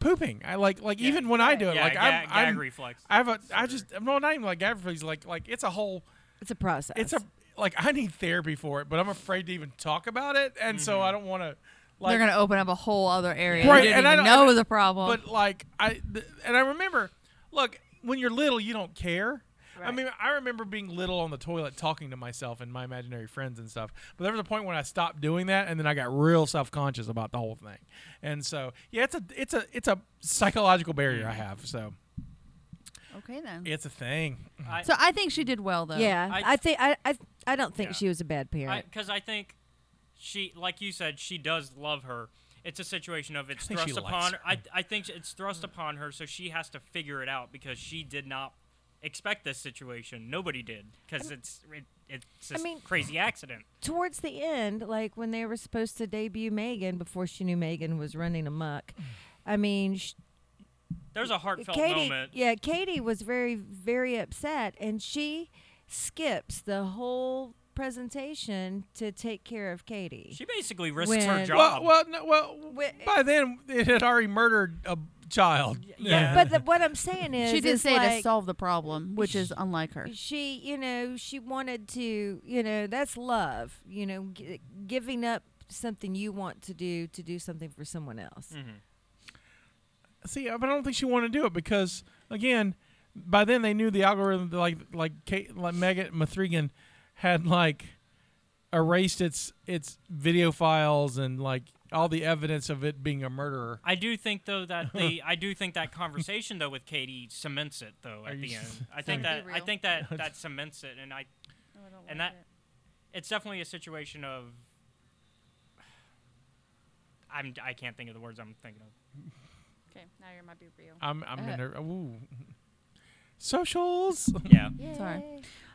pooping. I like like Yeah. even when I do it, yeah, like ga- I'm, gag I'm reflex. I have a I just no not even like everybody's like like it's a whole it's a process. it's a like I need therapy for it, but I'm afraid to even talk about it, and so Mm-hmm. I don't want to. *laughs* Like, They're gonna open up a whole other area. Right, you didn't and I even don't- know was a problem. But like I th- and I remember, look, when you're little, you don't care. I Right. mean, I remember being little on the toilet talking to myself and my imaginary friends and stuff. But there was a point when I stopped doing that, and then I got real self conscious about the whole thing. And so, yeah, it's a it's a it's a psychological barrier I have. So Okay then. It's a thing. I, So I think she did well though. yeah, I- I, think I, I I don't think Yeah. she was a bad parent. because I, think she, like you said, she does love her. It's a situation of it's think she thrust likes upon. her. I I think it's thrust upon her, so she has to figure it out because she did not expect this situation. Nobody did because it's it, it's I a mean- crazy accident. Towards the end, like when they were supposed to debut Megan before she knew Megan was running amok, I mean, sh- There's a heartfelt Katie, moment. yeah, Katie was very very upset, and she skips the whole presentation to take care of Katie. She basically risks her When- Well, job. well, no, well. Wh- By then, it had already murdered a child. yeah. but the, what I'm saying is, She did is say like, to solve the problem, which is *laughs* Sh- unlike her. she you know she wanted to you know that's love you know g- giving up something you want to do to do something for someone else Mm. Mm-hmm. See, uh, but I don't think she wanted to do it because, again, by then they knew the algorithm. Like, like Kate, like Megan Mathrigan had like erased its its video files and like all the evidence of it being a murderer. I do think though that *laughs* the I do think that conversation though with Katie cements it though Are at you the end. s- I think Sorry. that Be I real. think that *laughs* that cements it, and I and and like it's definitely a situation of I'm I can't think of the words I'm thinking of. *laughs* Okay, now you might be real. I'm I'm Uh. in her. Ooh. Socials. Yeah. Sorry.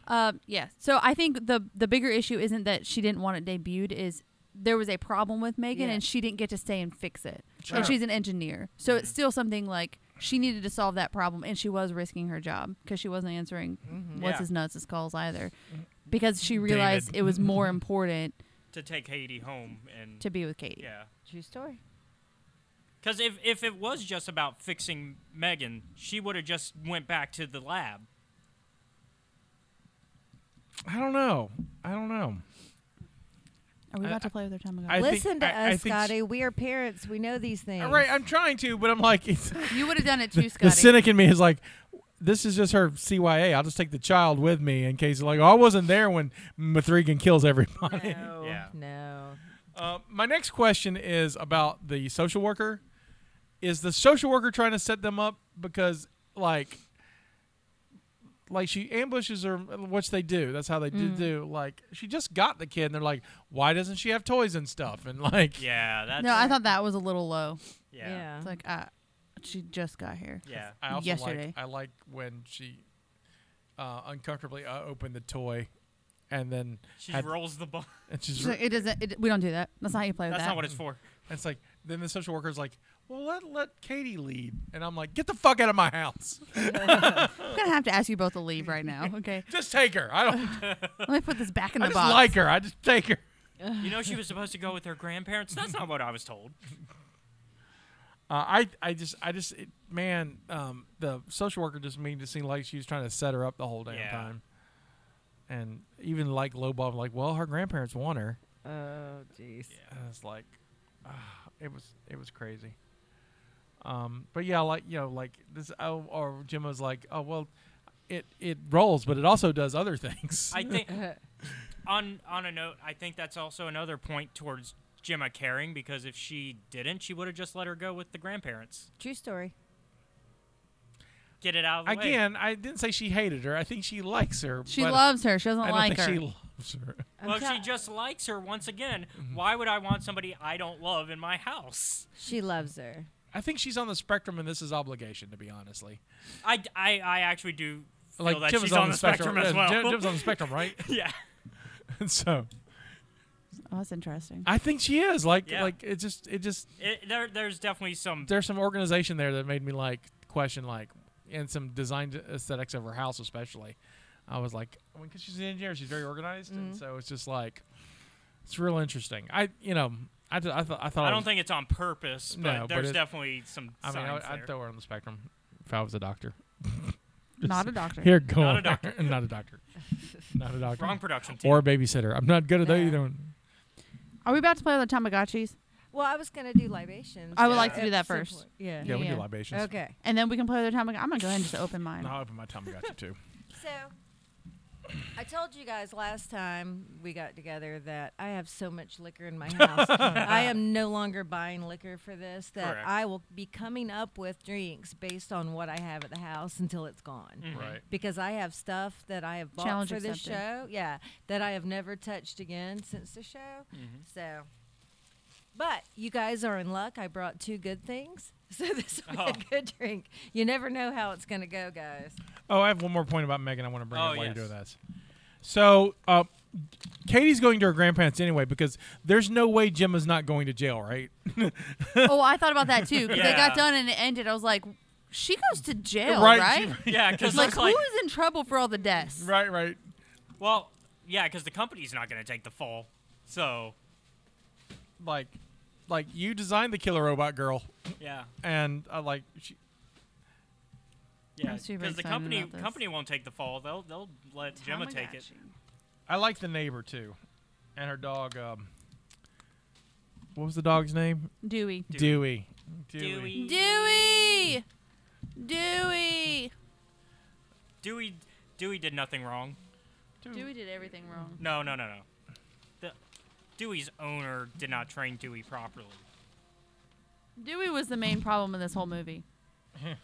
Um, yeah. So I think the the bigger issue isn't that she didn't want it debuted. Is there was a problem with Megan Yeah. and she didn't get to stay and fix it. Sure. And she's an engineer, so Mm-hmm. it's still something like she needed to solve that problem, and she was risking her job because she wasn't answering what's Yeah. his nuts his calls either, because she realized it was more Mm-hmm. important To take Katie home and to be with Katie. yeah. true story Cuz if if it was just about fixing Megan, she would have just went back to the lab. I don't know. I don't know. Are we I- about to play with her time ago? I think- listen to I- I us think she- scotty we are parents we know these things All right, I'm trying to, but I'm like, *laughs* it's, *laughs* you would have done it the, the too, Scotty. cynic in me is like, this is just her CYA. I'll just take the child with me in case, like, oh, I wasn't there when Mathrigan kills everybody. no *laughs* Yeah. no Uh, my next question is about the social worker. Is the social worker trying to set them up because like like she ambushes her which they do. That's how they Mm. do do like she just got the kid and they're like, Why doesn't she have toys and stuff? And like Yeah, that's no, I thought that was a little low. yeah. Yeah. yeah, It's like uh, she just got here. I also Yesterday. like I like when she uh, uncomfortably uh, opened the toy and then She had- rolls the ball. and she's She's like, it doesn't. It, we don't do that. That's not how you play with That's that. not what *laughs* it's for. it's like then the social worker's like, Well let let Katie lead and I'm like, Get the fuck out of my house. I'm gonna have to ask you both to leave right now. Okay, Just take her. I don't let me put this back in I the just box. like her. I just take her. You know she was supposed to go with her grandparents. That's not what I was told. Uh, I I just I just it, man, um, the social worker just made it seem like she was trying to set her up the whole damn Yeah. time. And even like lowball, like well, her grandparents want her. oh jeez And it's like, ah, it was it was crazy. Um, but yeah, like you know, like this. Oh, or Jim was like, oh well, it it rolls, but it also does other things. *laughs* I think on on a note, I think that's also another point towards Gemma caring because if she didn't, she would have just let her go with the grandparents. true story Get it out of the way. Again, I didn't say she hated her. I think she likes her. She but loves her. She doesn't I don't like think her. she loves her. I'm Well, if tell- she just likes her once again, Mm-hmm. why would I want somebody I don't love in my house? she loves her I think she's on the spectrum, and this is obligation, to be honestly. I, I, I actually do feel Like that Jim's she's on, on, the spectrum, as Yeah, well. Jim- Jim's on the *laughs* spectrum, right? yeah. and *laughs* so Oh, that's interesting. I think she is. Like, Yeah. like it just, it just. It, there, there's definitely some. There's some organization there that made me like question, like, and some design aesthetics of her house, especially. I was like, because she's an engineer, she's very organized, and so it's just like, it's real interesting. I, you know, I, th- I, th- I thought I it don't was- think it's on purpose, but No, but there's it- definitely some I mean, I, signs would- I'd there. throw her on the spectrum if I was a doctor. Not a doctor. Here, go Not a on. doctor. *laughs* not a *laughs* doctor. Not a doctor. Wrong production team. or a babysitter. I'm not good at Yeah. either one. Are we about to play with the Tamagotchis? well i was gonna do libations I would like uh, to do that at some first. point. yeah, Yeah, we do Yeah. libations. okay *laughs* And then we can play with the Tamagotchi. I'm gonna go ahead and just open mine. No, I opened my Tamagotchi too. so I told you guys last time we got together that I have so much liquor *laughs* in my house. I am no longer buying liquor for this. That Correct. I will be coming up with drinks based on what I have at the house until it's gone. Mm-hmm. Right. Because I have stuff that I have bought Challenge for this accepted. show, yeah, that I have never touched again since the show. So, but you guys are in luck. I brought two good things, *laughs* so this will Oh. be a good drink. You never know how it's gonna go, guys. Oh, I have one more point about Megan. I want to bring Oh, up while yes. you're doing this. So, uh, Katie's going to her grandparents anyway because there's no way Gemma's not going to jail, right? oh, I thought about that too because I Yeah. got done and it ended. I was like, she goes to jail, Right, right? *laughs* *laughs* Yeah, because Like, like, who is in trouble for all the *laughs* deaths? right, right. well, yeah, because the company's not going to take the fall. So Like, like you designed the killer robot girl, yeah, and uh, like she, yeah, I'm super because the excited company about this. company won't take the fall. They'll they'll let Gemma take it. Tamagotchi. I like the neighbor too, and her dog. Um, what was the dog's name? Dewey. Dewey. Dewey. Dewey. Dewey. Dewey Dewey did nothing wrong. Dewey did everything wrong. No, no, no, no. The Dewey's owner did not train Dewey properly. Dewey was the main problem in this *laughs* whole movie.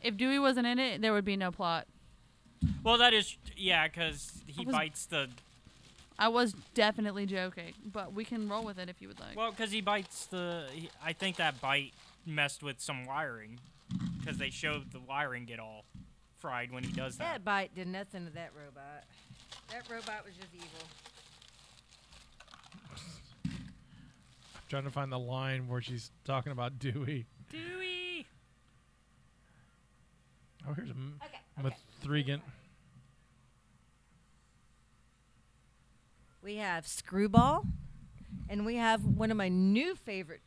if Dewey wasn't in it, there would be no plot. Well, that is yeah, because he I was- bites the I was definitely joking, but we can roll with it if you would like. well, because he bites the. He, I think that bite messed with some wiring, because they showed the wiring get all fried when he does that. That bite did nothing to that robot. That robot was just evil. Trying to find the line where she's talking about Dewey. Dewey. Oh, here's a m- Okay. Mithrigan. We have Screwball, and we have one of my new favorite,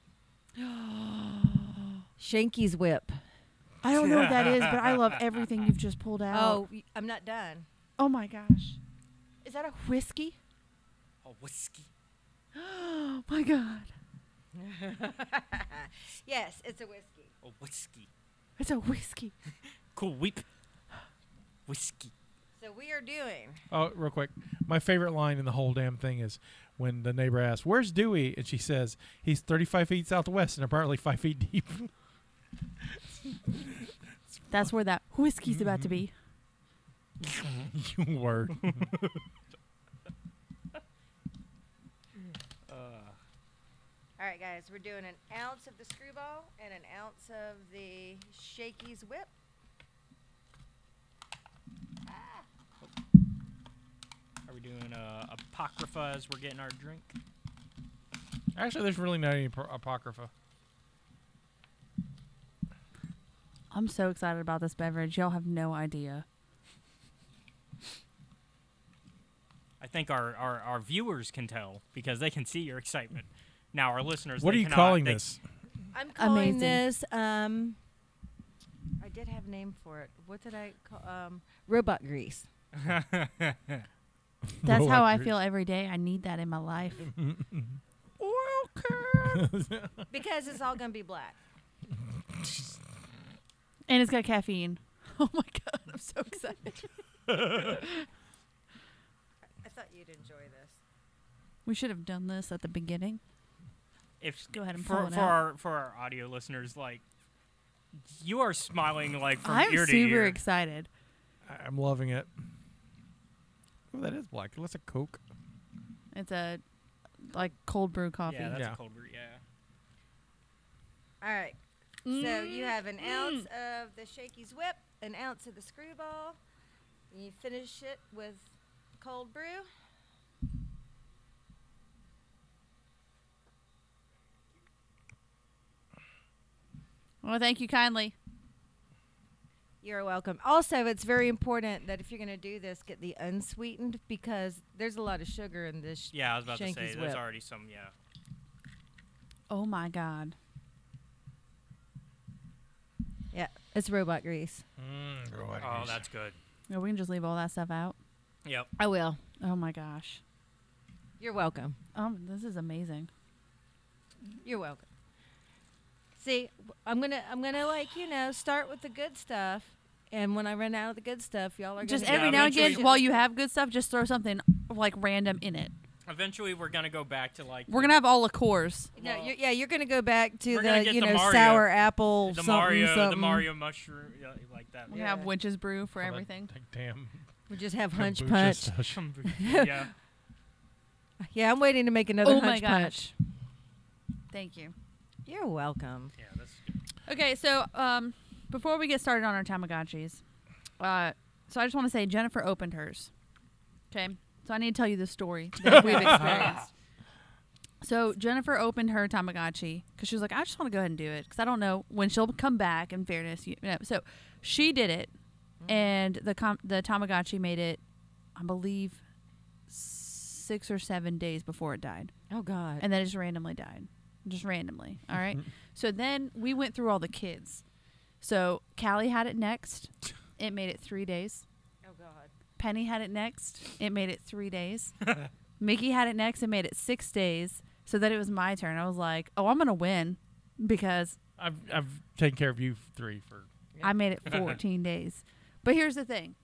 Shanky's Whip. I don't know what that is, but I *laughs* love everything you've just pulled out. Oh, y- I'm not done. oh my gosh. Is that a whiskey? A whiskey. *gasps* Oh my god. *laughs* Yes, it's a whiskey. A whiskey. It's a whiskey. Cool whip. Whiskey. So we are doing. Oh, real quick. My favorite line in the whole damn thing is when the neighbor asks, Where's Dewey? And she says, He's 35 feet southwest and apparently five feet *laughs* deep. That's where that whiskey's about to be. you were. All right, guys, we're doing an ounce of the Screwball and an ounce of the Shanky's Whip. Are we doing uh, apocrypha as we're getting our drink? Actually, there's really not any pro- apocrypha. Mm-hmm. I'm so excited about this beverage. Y'all have no *laughs* idea. I think our, our, our viewers can tell because they can see your excitement. Now our listeners. What they are you cannot- calling they- this? I'm calling Amazing. this. Um, I did have a name for it. What did I call? Um, robot grease. That's Roll *laughs* how I up your- feel every day. I need that in my *laughs* life. because it's all gonna be black. And it's *laughs* got caffeine. Oh my god, I'm so excited. I thought you'd enjoy this. we should have done this at the beginning. If Go ahead and pull for it for out. our for our audio listeners, like you are smiling like from I'm ear to super ear. excited. I- I'm loving it. Oh, that is black. That's a Coke. It's a like cold brew coffee. Yeah, that's Yeah. a cold brew. Yeah. All right. So you have an ounce of the Shaky's Whip, an ounce of the Screwball. and You finish it with cold brew. well, thank you kindly. You're welcome. Also, it's very important that if you're going to do this, get the unsweetened because there's a lot of sugar in this. sh- Yeah, I was about to say Shanky's there's Whip. already some. Yeah. Oh my god. Yeah, it's robot grease. Oh, that's good. No, we can just leave all that stuff out. Yep. I will. Oh my gosh. You're welcome. Um, this is amazing. You're welcome. See, w- I'm gonna I'm gonna like you know start with the good stuff And when I run out of the good stuff, y'all are Just gonna Yeah, every now and again, eventually- while you have good stuff, just throw something like random in it. Eventually, we're gonna go back to like We're gonna have all liqueurs. No, Well, you're, yeah, you're gonna go back to we're gonna the get you the know Mario- sour apple the something, Mario, the something. Mario mushroom, yeah, like that. We're gonna have Yeah. witches brew for Well, Oh, that- everything. that Damn. We just have hunch kombucha punch. stuff. yeah. *laughs* Yeah, I'm waiting to make another oh hunch my punch. gosh! Thank you. You're welcome. Yeah, that's good. Okay, so um, before we get started on our Tamagotchis, uh, so I just want to say Jennifer opened hers. Okay, so I need to tell you the story that *laughs* we've experienced. So Jennifer opened her Tamagotchi because she was like, I just want to go ahead and do it because I don't know when she'll come back. In fairness, you know, so she did it, and the com- the Tamagotchi made it, I believe, six or seven days before it died Oh God. and then it just randomly died just randomly all right so then we went through all the kids so callie had it next it made it three days oh God. penny had it next it made it three days mickey had it next it made it six days so then it was my turn i was like oh i'm gonna win because I've I've taken care of you three for i made it 14 days but here's the thing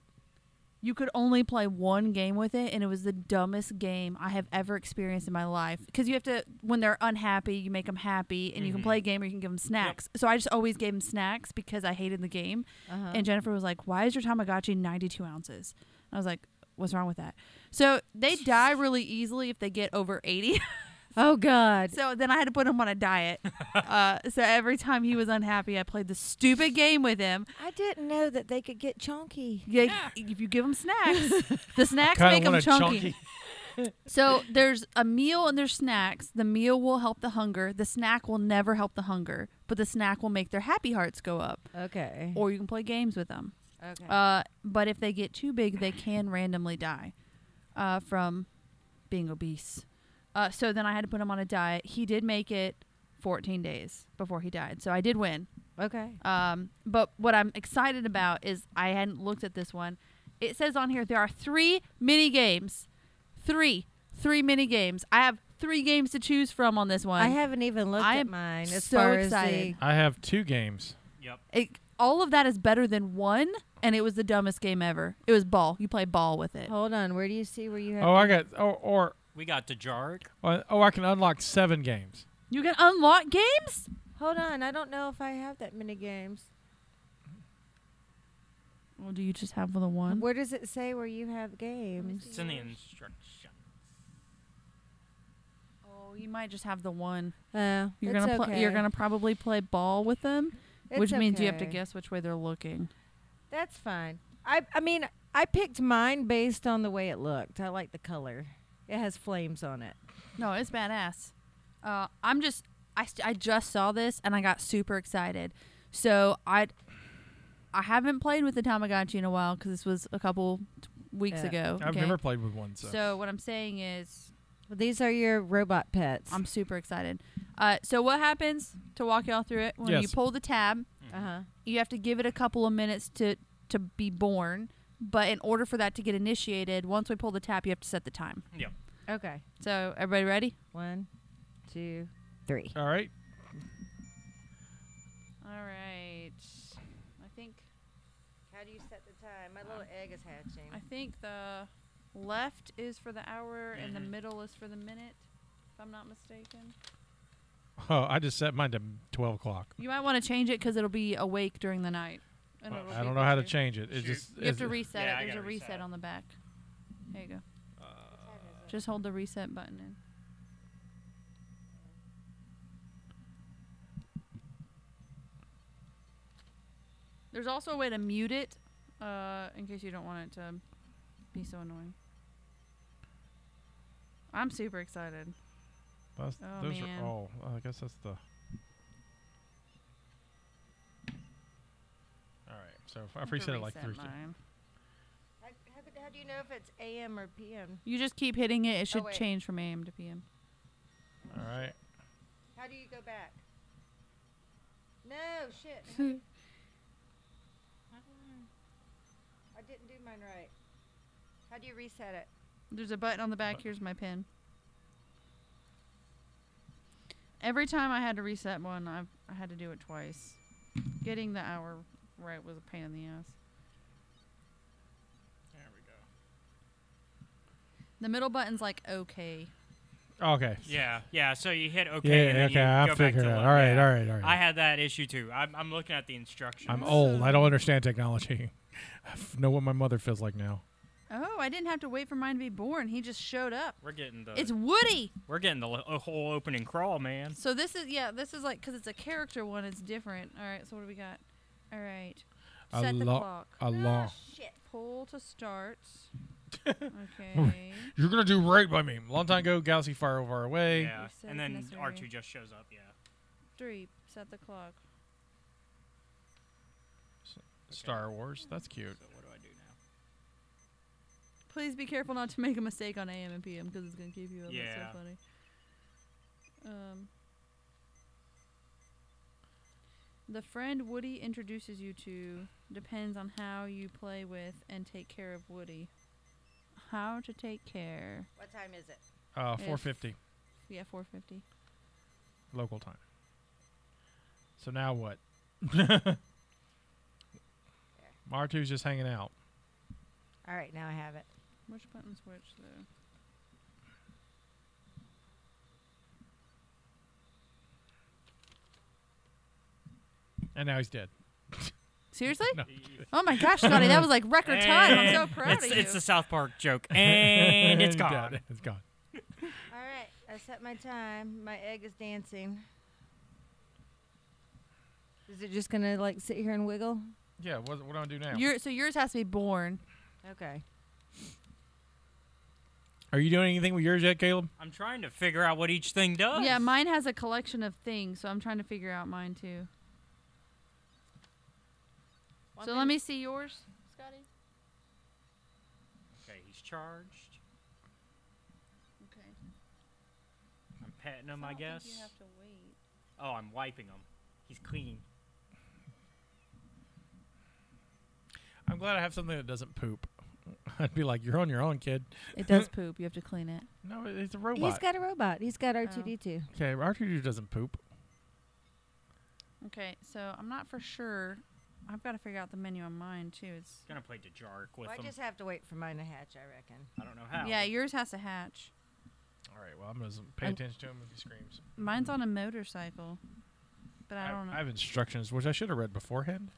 you could only play one game with it and it was the dumbest game i have ever experienced in my life because you have to when they're unhappy you make them happy and you can Mhm. play a game or you can give them snacks so i just always gave them snacks because i hated the game Uh-huh. and jennifer was like why is your tamagotchi 92 ounces i was like what's wrong with that so they die really easily if they get over 80 oh *laughs* God. so then i had to put him on a diet uh, so every time he was unhappy i played the stupid game with him I didn't know that they could get chunky. yeah, if you give them snacks the snacks Kinda make them wanna chunky. So there's a meal and there's snacks. The meal will help the hunger. The snack will never help the hunger, but the snack will make their happy hearts go up. Okay. Or you can play games with them. okay. Uh, but if they get too big, they can randomly die uh, from being obese. Uh, so then I had to put him on a diet. He did make it 14 days before he died. So I did win. okay. Um, but what I'm excited about is I hadn't looked at this one. It says on here there are three mini games, three, three mini games. I have three games to choose from on this one. I haven't even looked I at am mine. As so far excited. I have two games. Yep. It- all of that is better than one, and it was the dumbest game ever. It was ball. You play ball with As it. the, hold on. Where do you see where you have? Oh, I got oh or We got the Jarg. or- oh I can unlock seven games. You can unlock games. Hold on. I don't know if I have that many games. Well, do you just have the one? Where does it say where you have games? It's in the instruction. Oh, you might just have the one. Oh, You're it's gonna okay. pl- you're gonna probably play ball with them, It's which means you have to okay. guess which way they're looking. That's fine. I I mean I picked mine based on the way it looked. I like the color. It has flames on it. No, it's badass. Uh, I'm just, I, st- I just saw this and I got super excited. So I, I haven't played with the Tamagotchi in a while because this was a couple t- weeks Yeah. ago. I've okay? never played with one, so, So what I'm saying is, Well, these are your robot pets. I'm super excited. Uh, so what happens to walk y'all through it when you Yes. pull the tab? uh huh. You have to give it a couple of minutes to to be born, but in order for that to get initiated, once we pull the tab, you have to set the time. Yep. Okay. So everybody ready? One, two, three. all right. All right. I think How do you set the time? My little egg is hatching. I think the left is for the hour and the Mm-hmm. middle is for the minute, if I'm not mistaken. Oh, I just set mine to twelve o'clock. You might want to change it because it'll be awake during the night. and Well, it'll I be don't know how to busy. change it. It Shoot. just You have is- to reset Yeah, I it. There's a gotta reset reset it. on the back. There you go. Just hold the reset button in. There's also a way to mute it uh, in case you don't want it to be so annoying. I'm super excited. that's- Oh, those man. are all. I guess that's the. All right. So if I have to reset it like reset three. mine. How, how do you know if it's AM or PM? You just keep hitting it. It should wait. change from AM to PM. All right. How do you go back? No shit. I didn't do mine right. How do you reset it? There's a button on the back. Here's my pin. Every time I had to reset one, I I had to do it twice. Getting the hour right was a pain in the ass. The middle button's like okay. Okay. Yeah, yeah. So you hit OK. Yeah, and then okay, You I go back figured to it out. left. All right, Yeah. all right, all right. I had that issue too. I'm, I'm looking at the instructions. I'm old. I don't understand technology. *laughs* I f- know what my mother feels like now. Oh, I didn't have to wait for mine to be born. He just showed up. We're getting the It's Woody. we're getting the lo- whole opening crawl, man. So this is yeah, this is like because it's a character one. It's different. All right. So what do we got? All right. A Set the lo- clock. a lo- Ah, shit. Pull to start. okay. You're gonna do right by me. Long time ago, galaxy far, far away. Yeah, said and then necessary. R two just shows up. Yeah, Three. Set the clock. Star Wars. That's cute. what do I do now? Please be careful not to make a mistake on AM and PM because it's gonna keep you up. Yeah. That's so funny. Um. The friend Woody introduces you to depends on how you play with and take care of Woody. How to take care? What time is it? Uh, Yeah. 450 Yeah, 450. local time. So now *laughs* what? Martu's just hanging out. All right, now I have it. Which button's which though? And now he's dead. *laughs* Seriously? No. Oh my gosh, Scotty, that was like record time. I'm so And proud it's, of you. It's a South Park *laughs* joke, and it's gone. Dead. *laughs* It's gone. All right, I set my time. My egg is dancing. Is it just gonna like sit here and wiggle? Yeah. What, what do I do now? Your, so yours has to be born. Okay. Are you doing anything with yours yet, Caleb? I'm trying to figure out what each thing does. *laughs* Yeah, mine has a collection of things, so I'm trying to figure out mine too. so let me see yours, Scotty. Okay, he's charged. Okay. I'm petting him, I, guess. you have to wait. Oh, I'm wiping him. He's clean. I'm glad I have something that doesn't poop. *laughs* I'd be like, you're on your own, kid. It *laughs* does poop. You have to clean it. No, it- it's a robot. He's got a robot. He's got R two D two. okay, R2D2 doesn't poop. Okay, so I'm not for sure. I've got to figure out the menu on mine too. It's Gonna play DeJark with I him. just have to wait for mine to hatch, I reckon. I don't know how. yeah, yours has to hatch. All right, well, I'm going to pay I'm- attention to him if he screams. Mine's on a motorcycle, but I I, don't know. I have instructions, which I should have read beforehand,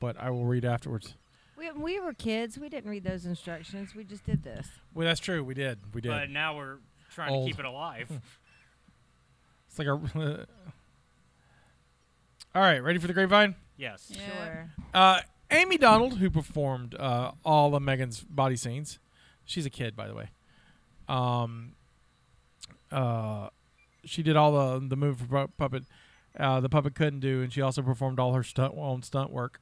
but I will read afterwards. We, we were kids. We didn't read those instructions. We just did this. Well, that's true. We did. We did. But now we're trying Old. to keep *laughs* it alive. it's like a. *laughs* all right, ready for the grapevine? yes. Yeah. Sure. Uh, Amy Donald, who performed uh, all of Megan's body scenes, she's a kid, by the way. Um, uh, she did all the the move for pu- puppet. Uh, the puppet couldn't do, and she also performed all her stunt own stunt work.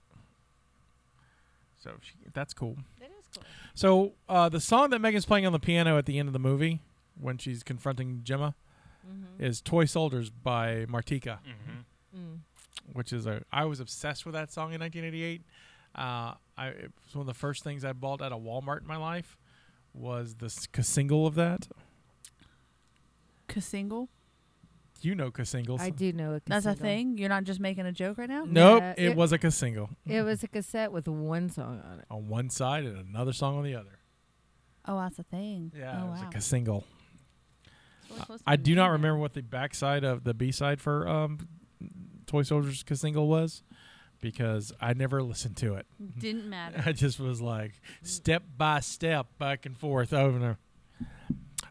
So she, that's cool. That is cool. So uh, the song that Megan's playing on the piano at the end of the movie when she's confronting Gemma is "Toy Soldiers" by Martika Mm-hmm. Mm. which is a I was obsessed with that song in 1988. Uh, I it was one of the first things I bought at a Walmart in my life was the s- single of that. Kasingle? You know, singles. I do know a That's a cassette. thing. You're not just making a joke right now. Nope, Yeah, it, it- was a single It was a cassette with one song on it. on one side and another song on the other. Oh, that's a thing. Yeah, Oh, it was wow. a single. So we're supposed to I do know not that. remember what the backside of the B side for um, Toy Soldiers single was because I never listened to it. *laughs* Didn't matter. I just was like step by step, back and forth, over and over.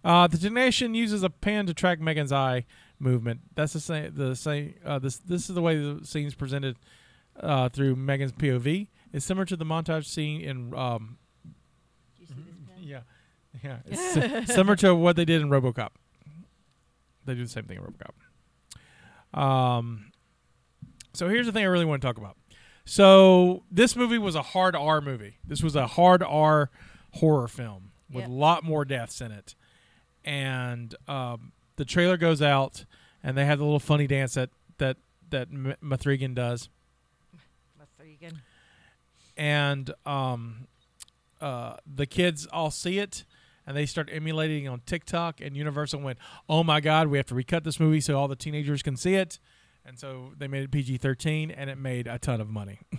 Uh, the donation uses a pen to track Megan's eye movement. That's the same. The same. Uh, this this is the way the scene's presented uh, through Megan's POV. It's similar to the montage scene in. Um, yeah, yeah. It's si- *laughs* similar to what they did in RoboCop. They do the same thing in RoboCop. Um, so here's the thing I really want to talk about. So this movie was a hard R movie. This was a hard R horror film with a Yep. lot more deaths in it. And um, the trailer goes out, and they have the little funny dance that that that M- Mithrigan does, and um, uh, the kids all see it, and they start emulating on TikTok. And Universal went, "Oh my God, we have to recut this movie so all the teenagers can see it." And so they made it PG thirteen, and it made a ton of money. *laughs*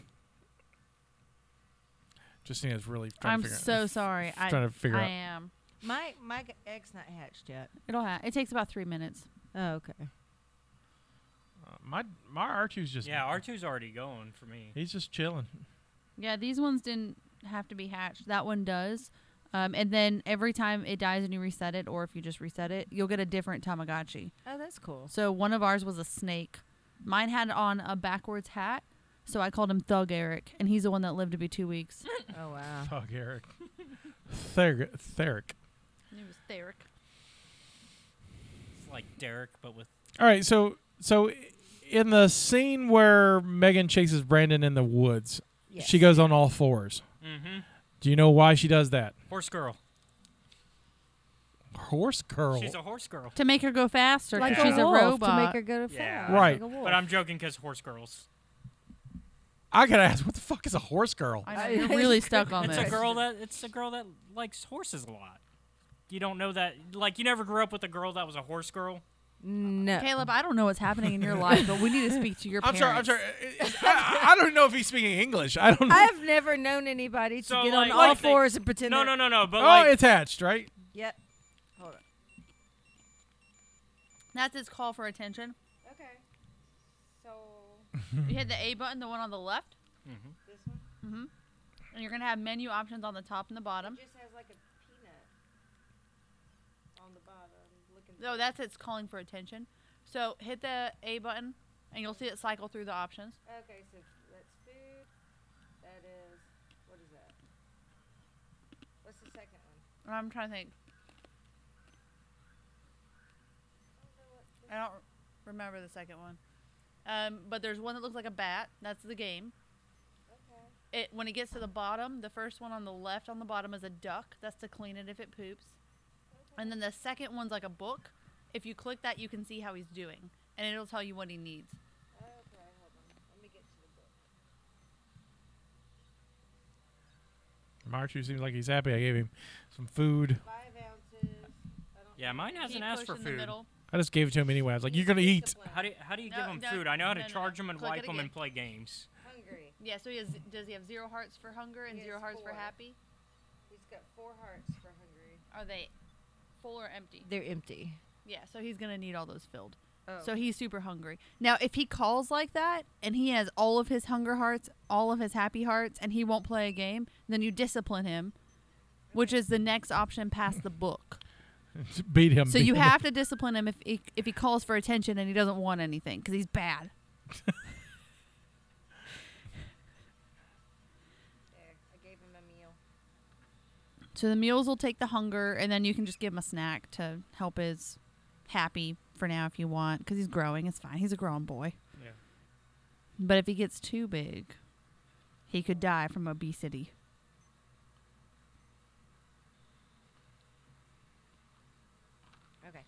Justina's really trying I'm to figure so out, sorry. *laughs* I trying to figure I out. am. My my g- egg's not hatched yet. It'll ha- it takes about three minutes. Oh, okay. Uh, my my R2's just Yeah, R2's already going for me. He's just chilling. Yeah, these ones didn't have to be hatched. That one does. Um, and then every time it dies and you reset it, or if you just reset it, you'll get a different Tamagotchi. Oh, that's cool. So one of ours was a snake. Mine had on a backwards hat, so I called him Thug Eric, and he's the one that lived to be two *laughs* weeks. Oh wow. Fuck Eric. Theric. Theric. It was Theric. It's like Derek, but with All right, so so in the scene where Megan chases Brandon in the woods, Yes. she goes on all fours. mm-hmm. Do you know why she does that? horse girl. Horse curl. She's a horse girl. to make her go faster, Like because Yeah. a she's a wolf robot. to make her go to Yeah. fast. Right. Oh, Like a wolf. But I'm joking because horse girls. I gotta ask, what the fuck is a horse girl? I *laughs* know, you're really stuck Oh, on It's this. a girl that it's a girl that likes horses a lot. You don't know that like you never grew up with a girl that was a horse girl. no. *laughs* Caleb, I don't know what's happening in *laughs* your life, but we need to speak to your I'm parents. sorry. I'm sorry. I, *laughs* I- I don't know if he's speaking English. I don't. know. I've never known anybody to So, get like- on all like they- fours and pretend. No, they're- no, no, no. But oh, like it's hatched, right? Yep. Hold on. That's its call for attention. Okay. So You hit the A button, the one on the left, Mm-hmm. this one and you're gonna have menu options on the top and the bottom. just has like a peanut on the bottom. Looking. No, that's its calling for attention. So hit the A button, and you'll see it cycle through the options. Okay, so that's food. That is what is that? What's the second one? And I'm trying to think. I don't remember the second one. Um, but there's one that looks like a bat. That's the game. Okay. It when it gets to the bottom, the first one on the left on the bottom is a duck. That's to clean it if it poops. And then the second one's like a book. If you click that, you can see how he's doing, and it'll tell you what he needs. Okay, hold on. Let me get to the book. Marchu seems like he's happy. I gave him some food. Five ounces. I don't yeah, mine hasn't Keep asked for pushing the food. middle. I just gave it to him anyway. I was like, "You're gonna He's eat." *laughs* the How one. do how do you give No, 'em give no, them food? I know how to no, no, charge no. them and Click it wipe them again. and play games. hungry. Yeah. So he has. Does he have zero hearts for hunger and He zero has hearts four. for happy? He's got four hearts for hungry. Are they full or empty? They're empty. Yeah. So he's gonna need all those filled. Oh. So he's super hungry. Now, if he calls like that and he has all of his hunger hearts, all of his happy hearts, and he won't play a game, then you discipline him, which is the next option past the book. Beat him. So beat you him. have to discipline him if he, if he calls for attention and he doesn't want anything because he's bad. There, I gave him a meal. So the meals will take the hunger, and then you can just give him a snack to help his happy for now if you want because he's growing. It's fine. He's a grown boy. Yeah. But if he gets too big, he could die from obesity. Okay.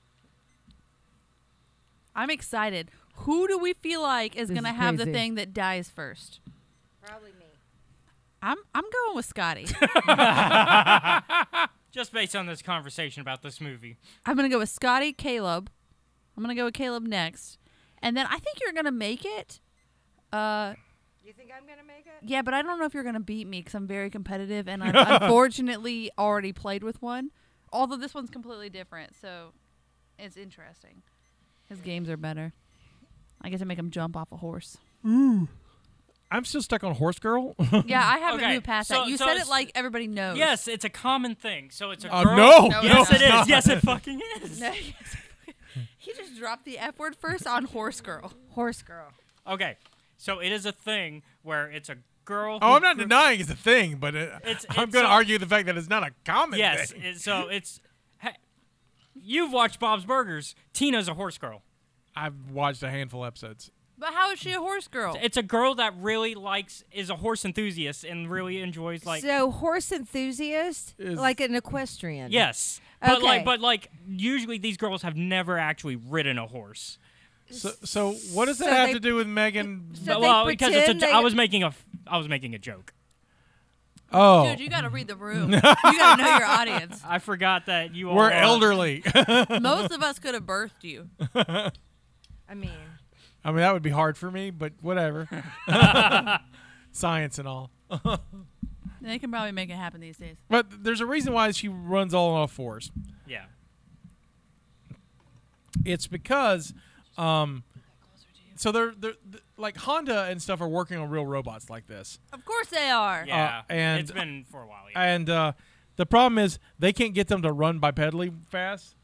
I'm excited. Who do we feel like is This going to is have the crazy. thing that dies first? Probably me. I'm I'm going with Scotty. *laughs* Just based on this conversation about this movie. I'm going to go with Scotty, Caleb. I'm going to go with Caleb next. And then I think you're going to make it. Uh You think I'm gonna make it? yeah, but I don't know if you're gonna beat me because I'm very competitive *laughs* and I've unfortunately already played with one. Although this one's completely different, so it's interesting. His games are better. I get to make him jump off a horse. I'm still stuck on horse *laughs* Oh, girl. Yeah, I haven't Okay, moved past so- that. You so said it it's- like everybody knows. *laughs* Yes, it's a common thing. So it's a Uh, girl. no, No, Yes, no. it is. Yes, it fucking is. No, *laughs* he just dropped the F word first on horse girl. Horse girl. Okay, so it is a thing where it's a girl. Oh, who I'm not grew- denying it's a thing, but it, It's- I'm it's going to a- argue the fact that it's not a common Yes, thing. it, so it's. Hey, you've watched Bob's Burgers. Tina's a horse girl. I've watched a handful of episodes. But how is she a horse Oh. girl? It's a girl that really likes is a horse enthusiast and really enjoys like. so horse enthusiast, Is- like an equestrian. Yes. But Okay. like but like usually these girls have never actually ridden a horse. So, so what does that So have they- to do with Megan? So they But- well, because it's a pretend j- they- I was making a f- I was making a joke. oh, Dude, you gotta read the *laughs* room. you gotta know your audience. I forgot that you all we're are- elderly. *laughs* Most of us could have birthed you. I mean, I mean, that would be *laughs* hard for me, but whatever. Science and all. They can probably make it happen these days. But there's a reason why she runs all on all fours. Yeah. It's because, um, so they're, they're th- like Honda and stuff are working on real robots like this, Of course they are. Yeah. Uh, and- it's been for a while. Yeah. and uh, the problem is they can't get them to run bipedally fast.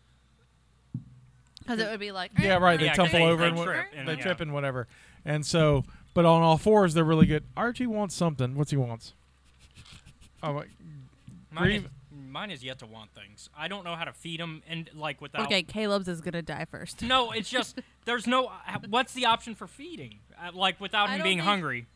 Because it would be like eh. Yeah, right. They Yeah, 'cause tumble they- over they and what- trip and- they yeah. trip and whatever. And so, but on all fours, they're really good. Archie wants something. What's he wants? Oh, wait. mine, is, Grieve- mine is yet to want things. I don't know how to feed them and like without. Okay, Caleb's is gonna die first. *laughs* No, it's just there's no. uh, What's the option for feeding? Uh, like without I him don't being think- hungry.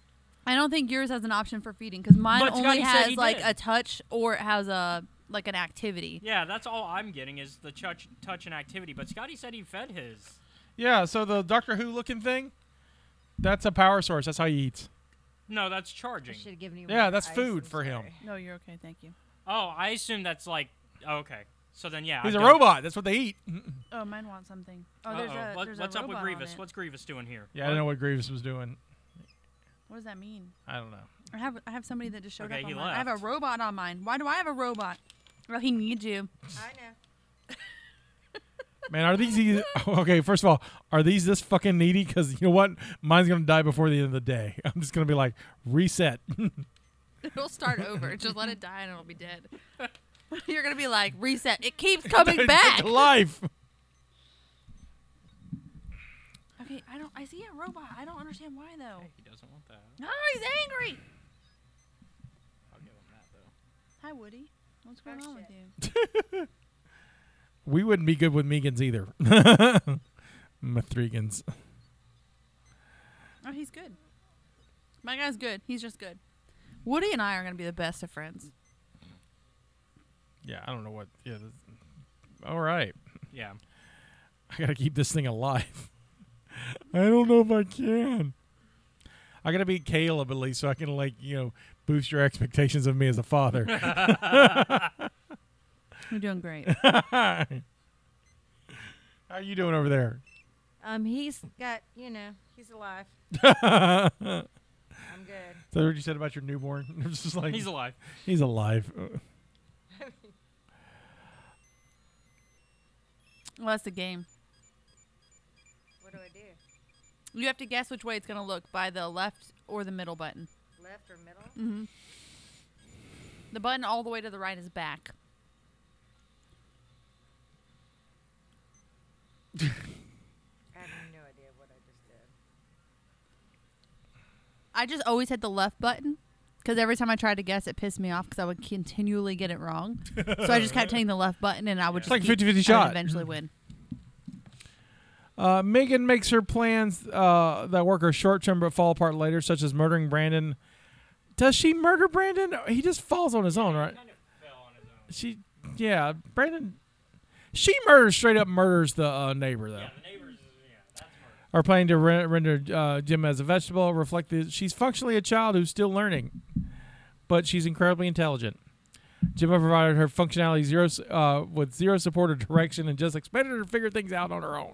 *laughs* I don't think yours has an option for feeding because mine But only Scotty said has he like did. a touch or it has a like an activity. Yeah, that's all I'm getting is the touch, touch and activity. But Scotty said he fed his. yeah. So the Doctor Who looking thing, that's a power source. That's how he eats. No, that's I charging. should have given you. Yeah, more that's ice, food I'm for him. sorry. No, you're okay. Thank you. Oh, I assume that's like oh, okay. So then, yeah, He's I a don't- robot. That's what they eat. Oh, mine wants something. Oh, Uh-oh. What- what's up with Grievous? What's Grievous doing here? Yeah, I don't know what Grievous was doing. what does that mean? I don't know. I have I have somebody that just showed Okay, up he on mine. I have left. a robot on mine. Why do I have a robot? Well, he needs *laughs* you. I know. Man, are these *laughs* these? Okay, first of all, are these this fucking needy? Because you know what, mine's gonna die before the end of the day. *laughs* I'm just gonna be like reset. *laughs* It'll *laughs* start over. just let it die and it'll be dead. You're gonna be like reset. It keeps coming *laughs* back. life. Okay, I don't. I see a robot. I don't understand why though. He doesn't want that. No, he's angry. I'll give him that though. Hi, Woody. What's going on with you? We wouldn't be good with Megans either. *laughs* Mithregans. Oh, he's good. My guy's good. He's just good. Woody and I are gonna be the best of friends. Yeah, I don't know what. Yeah. This, all right, Yeah. *laughs* I gotta keep this thing alive. *laughs* I don't know if I can. I gotta be Caleb at least, so I can like you know boost your expectations of me as a father. *laughs* You're *laughs* doing great. How are you doing over there? Um, he's got you know he's alive. *laughs* I'm good. Is that what you said about your newborn? *laughs* It's just like *laughs* He's alive. he's alive. Uh, well, that's the game. What do I do? You have to guess which way it's gonna look by the left or the middle button. Left or middle? The button all the way to the right is back. I have no idea what I just did. I just always hit the left button because every time I tried to guess, it pissed me off because I would continually get it wrong. so I just kept hitting the left button, and I would It's just like a keep- 50-50 I would shot. Eventually win. Uh, Megan makes her plans uh, that work her short term but fall apart later, such as murdering Brandon. Does she murder Brandon? He just falls on his own, right? Kind of fell on his own. She, yeah, Brandon. She murders straight up murders the uh, neighbor though. Yeah, the neighbors. Yeah, that's murder. Are planning to re- render uh, Jim as a vegetable. Reflect that she's functionally a child who's still learning, but she's incredibly intelligent. Jim provided her functionality zero s- uh, with zero support or direction, and just expected her to figure things out on her own.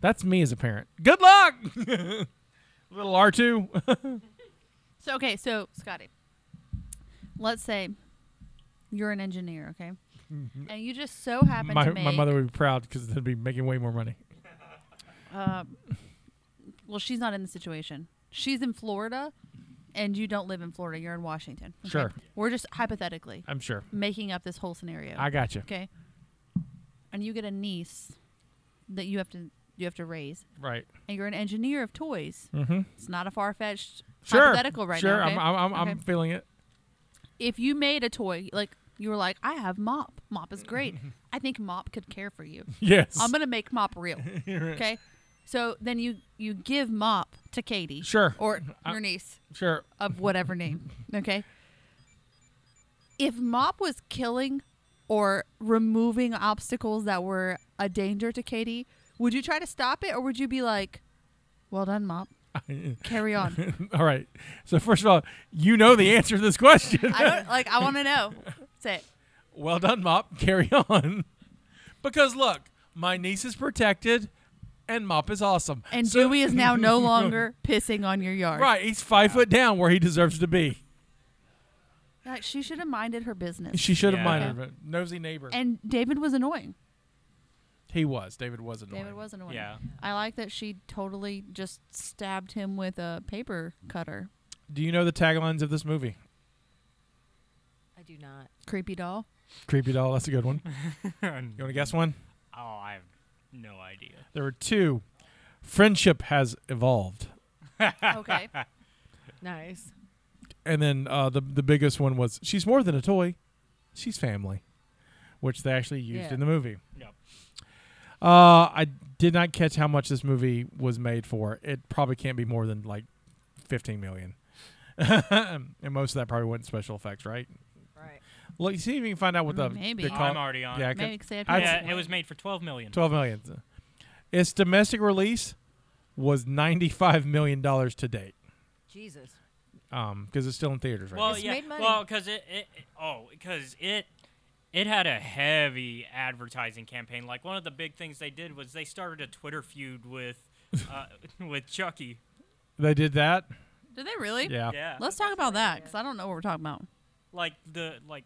That's me as a parent. Good luck, *laughs* little R two. *laughs* So okay, so Scotty, let's say you're an engineer, okay, and you just so happen Mm-hmm. my, to make my mother would be proud because they'd be making way more money. Uh, well, she's not in the situation. She's in Florida, and you don't live in Florida. You're in Washington. okay? Sure. We're just hypothetically I'm sure. making up this whole scenario. I got you. Okay. And you get a niece that you have to you have to raise, Right. and you're an engineer of toys. Mm-hmm. It's not a far fetched Sure. hypothetical right sure. now. okay? I'm, I'm, I'm, I'm Okay. feeling it. *laughs* If you made a toy, like you were like, I have Mop. Mop is great. *laughs* I think Mop could care for you. Yes. I'm gonna make Mop *laughs* real. Okay. So then you you give Mop to Katie. Sure. Or *laughs* I- your niece sure. of whatever *laughs* name. Okay. If Mop was killing or removing obstacles that were a danger to Katie, would you try to stop it or would you be like, well *laughs* done, Mop? Carry on. all right. So first of all, you know the answer to this question. *laughs* I don't like, I want to know. That's it. well done, Mop. Carry on. Because look, my niece is protected, and Mop is awesome. And So- Dewey is now *laughs* no longer pissing on your yard. right. He's five foot down where he deserves to be. Like she should have minded her business. She should have Yeah. minded her. Nosy neighbor. and David was annoying. he was. David was annoying. David was annoying. Yeah. I like that she totally just stabbed him with a paper cutter. Do you know the taglines of this movie? I do not. Creepy *laughs* doll. Creepy doll. That's a good one. You want to guess one? *laughs* Oh, I have no idea. There were two. Friendship has evolved. okay. Nice. And then uh, the the biggest one was she's more than a toy, she's family, which they actually used Yeah. in the movie. Yep. Uh, I did not catch how much this movie was made for. It probably can't be more than like fifteen million, *laughs* and most of that probably went special effects, right? Right. Look, see if you can find out what the Maybe. the Oh, co- I'm already on. yeah, Yeah, I could- Maybe 'cause they had I'd- people- it was made for 12 *laughs* million. twelve million. Its domestic release was ninety five million dollars to date, Jesus. um, because it's still in theaters right Well, now. yeah. made money. Well, because it, it, it- oh, because it, it had a heavy advertising campaign. Like one of the big things they did was they started a Twitter feud with, uh, *laughs* with Chucky. They did that. Did they really? Yeah. Yeah. Let's talk about that because I don't know what we're talking about. Like the like,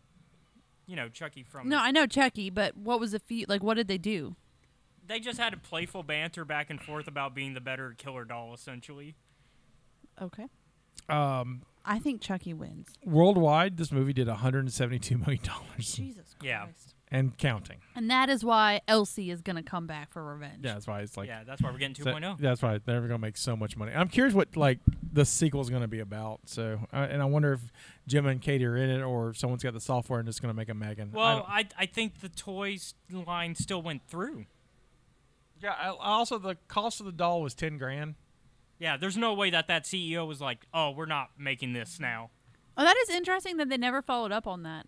you know, Chucky from. No, I know Chucky, but what was the feat? Like, what did they do? They just had a playful banter back and forth about being the better killer doll, essentially. Okay. Um, I think Chucky wins. worldwide, this movie did 172 million dollars Jesus Christ. Yeah. and counting. And that is why Elsie is going to come back for revenge. Yeah, oh. that's why it's like yeah, that's why we're getting oh. so- 2.0. that's why they're gonna make so much money. I'm curious what like the sequel's gonna be about. So, uh, and I wonder if Jim and Katie are in it, or if someone's got the software and it's gonna make a Megan. I Well, don't- I, I, think the toys line still went through. yeah. I, I also, the cost of the doll was 10 grand. Yeah, there's no way that that CEO was like, oh, we're not making this now. Oh, that is interesting that they never followed up on that.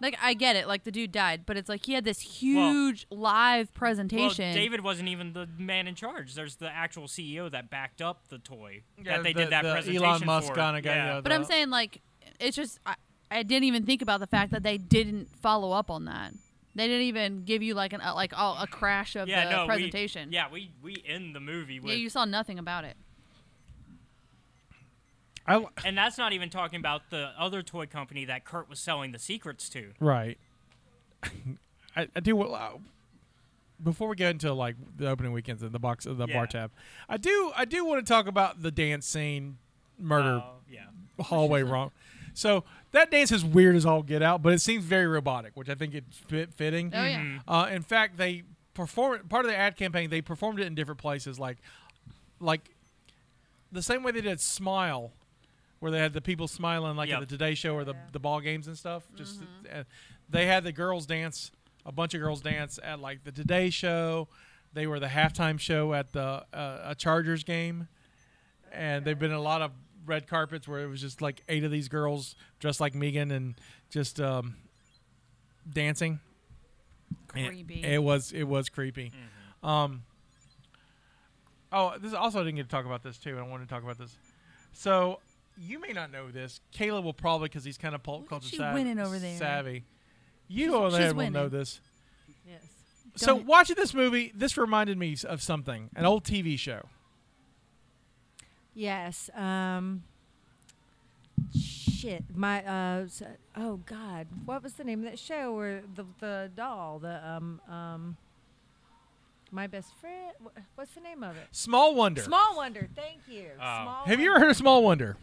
Like, I get it. Like, the dude died, but it's like he had this huge live presentation. Well, David wasn't even the man in charge. There's the actual CEO that backed up the toy Yeah, that they the- did that the presentation Elon Musk for. kinda guy, yeah. yeah. but I'm the- saying, like, it's just, I, I didn't even think about the fact that they didn't follow up on that. They didn't even give you, like, an, uh, like all, a crash of Yeah, the no, presentation. We, yeah, we we end the movie with, yeah, you saw nothing about it. *laughs* I, and that's not even talking about the other toy company that Kurt was selling the secrets to. right. I, I do. Well, uh, before we get into like the opening weekends and the box, the bar Yeah. tab, I do, I do want to talk about the dance scene, murder Oh, yeah, hallway wrong. So that dance is weird as all get out, but it seems very robotic, which I think it's fit, fitting. Oh, yeah. Uh, in fact, they perform part of the ad campaign. They performed it in different places, like like the same way they did Smile, where they had the people smiling, like at Yep. the Today Show or the the ball games and stuff. Just uh, they had the girls dance, a bunch of girls dance at like the Today Show. They were the halftime show at the uh, a Chargers game, and they've been in a lot of red carpets where it was just like eight of these girls dressed like Megan and just um, dancing. It- Creepy. It, was it was creepy. Um. Oh, this also I didn't get to talk about this too, and I wanted to talk about this. So you may not know this. Kayla will probably because he's kind of pulp Look at culture you sav- winning over there. savvy. You She's- over she's there will know winning. this. Yes. So Don't- watching this movie, this reminded me s- of something, an old TV show. Yes. Um. Shit. My. Uh. s- Oh God. What was the name of that show where the the doll the um um. My best friend. wha- What's the name of it? Small Wonder. Small Wonder. Thank you. Oh. Small Have you Wonder. ever heard of Small Wonder?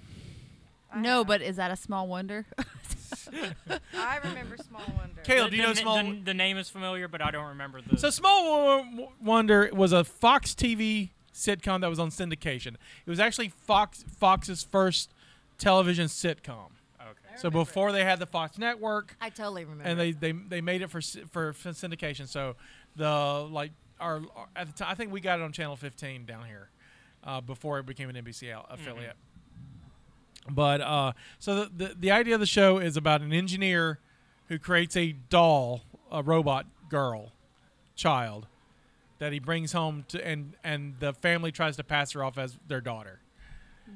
I no, have. but is that a small wonder? *laughs* I remember Small Wonder. Caleb, do The- you the know na- Small? The, the name is familiar, but I don't remember the. So Small Wo- Wonder was a Fox TV sitcom that was on syndication. It was actually Fox Fox's first television sitcom. okay. So before they had the Fox network, I totally remember. and they they, they made it for s- for for syndication. So the like our our- at the time I think we got it on channel 15 down here uh, before it became an NBC al- affiliate. But uh, so the, the the idea of the show is about an engineer who creates a doll, a robot girl, child that he brings home to and and the family tries to pass her off as their daughter.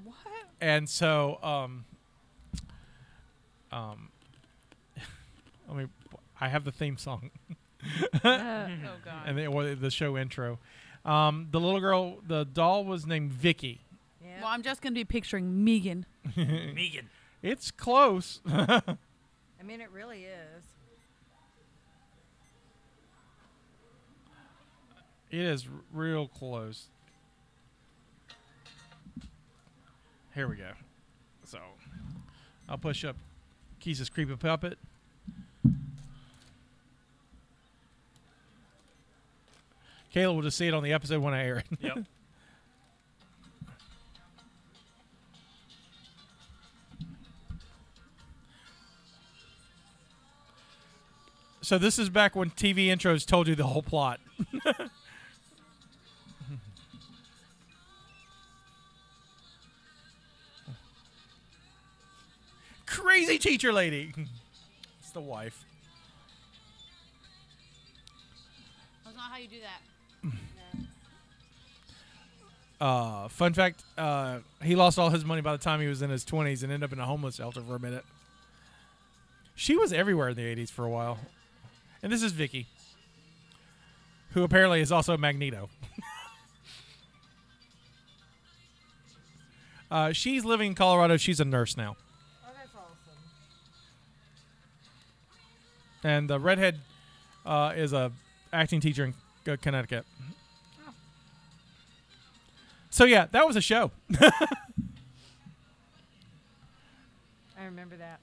What? And so um um I mean I have the theme song Oh god. and the, or the show intro. Um, the little girl, the doll was named Vicky. Yeah. well, I'm just going to be picturing Megan. Megan. It's close. *laughs* I mean, it really is. It is r- real close. Here we go. So I'll push up Keys' creepy puppet. Kayla will just see it on the episode when I air it. Yep. So this is back when TV intros told you the whole plot. *laughs* Crazy teacher lady. *laughs* It's the wife. That's not how you do that. Uh, fun fact: uh, he lost all his money by the time he was in his twenties and ended up in a homeless shelter for a minute. She was everywhere in the '80s for a while, and this is Vicky, who apparently is also Magneto. *laughs* uh, she's living in Colorado. She's a nurse now, Oh, that's awesome. and the redhead uh, is a acting teacher in uh, Connecticut. So yeah, that was a show. I remember that.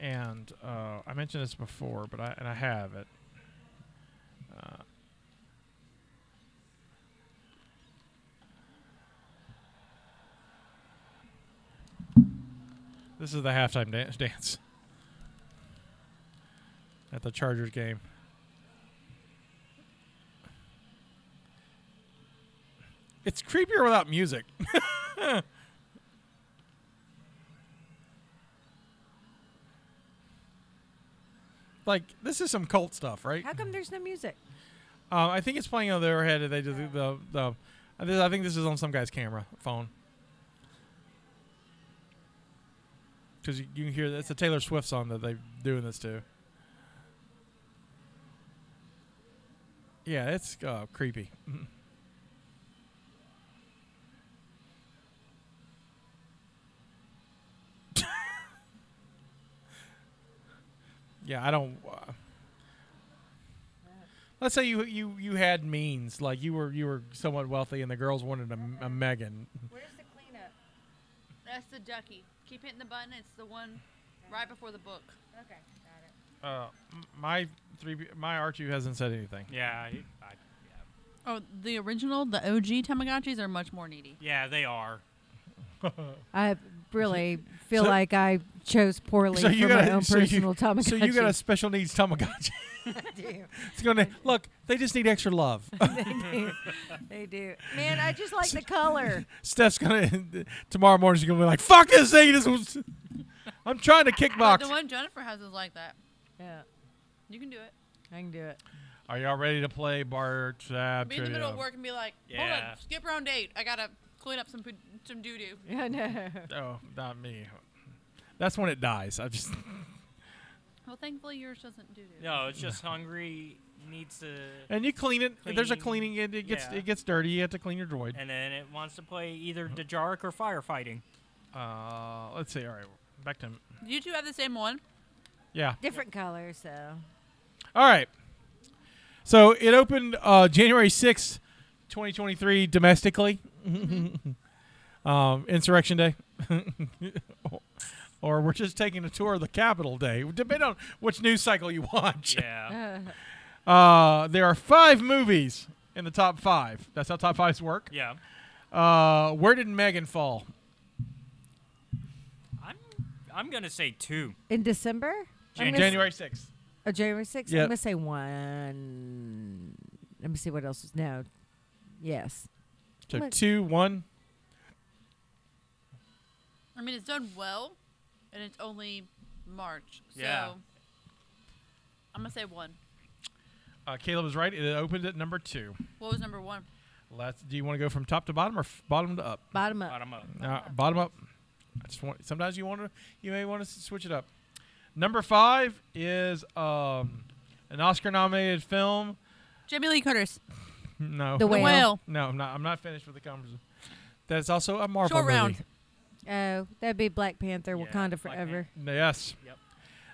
and uh, I mentioned this before, but I and I have it. Uh, this is the halftime dance *laughs* dance at the Chargers game. It's creepier without music. *laughs* like this is some cult stuff, right? How come there's no music? Um, I think it's playing on their head. They do the, the, the I thi- I think this is on some guy's camera phone. Because you, you can hear that's a Taylor Swift song that they're doing this to. Yeah, it's uh, creepy. *laughs* yeah, I don't. Uh, Let's say you you you had means, like you were you were somewhat wealthy, and the girls wanted a, a Megan. Where's the cleanup? That's the ducky. Keep hitting the button. It's the one right before the book. Okay, got it. Uh, m- my three my Archie hasn't said anything. Yeah. I, I- Oh, the original, the OG Tamagotchis are much more needy. yeah, they are. I really feel So- like I chose poorly So you for got my a- own so you- personal Tamagotchi. So you got a special needs Tamagotchi. *laughs* *laughs* it's gonna look. They just need extra love. *laughs* They do. Man, I just like the color. Steph's gonna *laughs* tomorrow morning. She's gonna be like, "Fuck this thing! This was, *laughs* I'm trying to But kickbox." the one Jennifer has is like that. *laughs* yeah, You can do it. I can do it. *laughs* Are y'all ready to play bar trap? Be in the middle of work and be like, hold Yeah. on, skip round eight. I gotta clean up some poo- some doo doo. Yeah, no. Oh, not me. That's when it dies. I just Well, thankfully yours doesn't doo doo. No, it's just hungry needs to, and you clean it. There's a Clean. cleaning. It, it gets Yeah. it gets dirty. You have to clean your droid. and then it wants to play either Dajaric *laughs* or firefighting. Uh, let's see. All right, back to You two have the same one. yeah. Different colors, so. All right. So it opened uh, January sixth, twenty twenty three, *laughs* domestically. um, Insurrection Day, *laughs* or we're just taking a tour of the Capitol Day. Depending on which news cycle you watch. Yeah. *laughs* Uh, there are five movies in the top five. That's how top fives work. yeah. Uh, where did Megan fall? I'm I'm gonna say two. In December? I'm Jan- gonna s- January sixth. Oh, January 6th? Yeah. I'm going to say one. Let me see what else is. No. Yes. So What? two, one. I mean, it's done well, and it's only March. So Yeah. I'm gonna say one. Uh, Caleb was right. It opened at number two. What was number one? Let's. Do you want to go from top to bottom or f- bottom to up? Bottom up. Bottom up. Uh, bottom up. I just want. Sometimes you want to. You may want to switch it up. Number five is um, an Oscar-nominated film. *laughs* Jamie Lee Curtis. No. The The Whale. whale. No, I'm not. I'm not finished with the conversation. That's also a Marvel Short movie. round. Oh, that'd be Black Panther, Yeah, Wakanda Black Forever. Yes. Yep.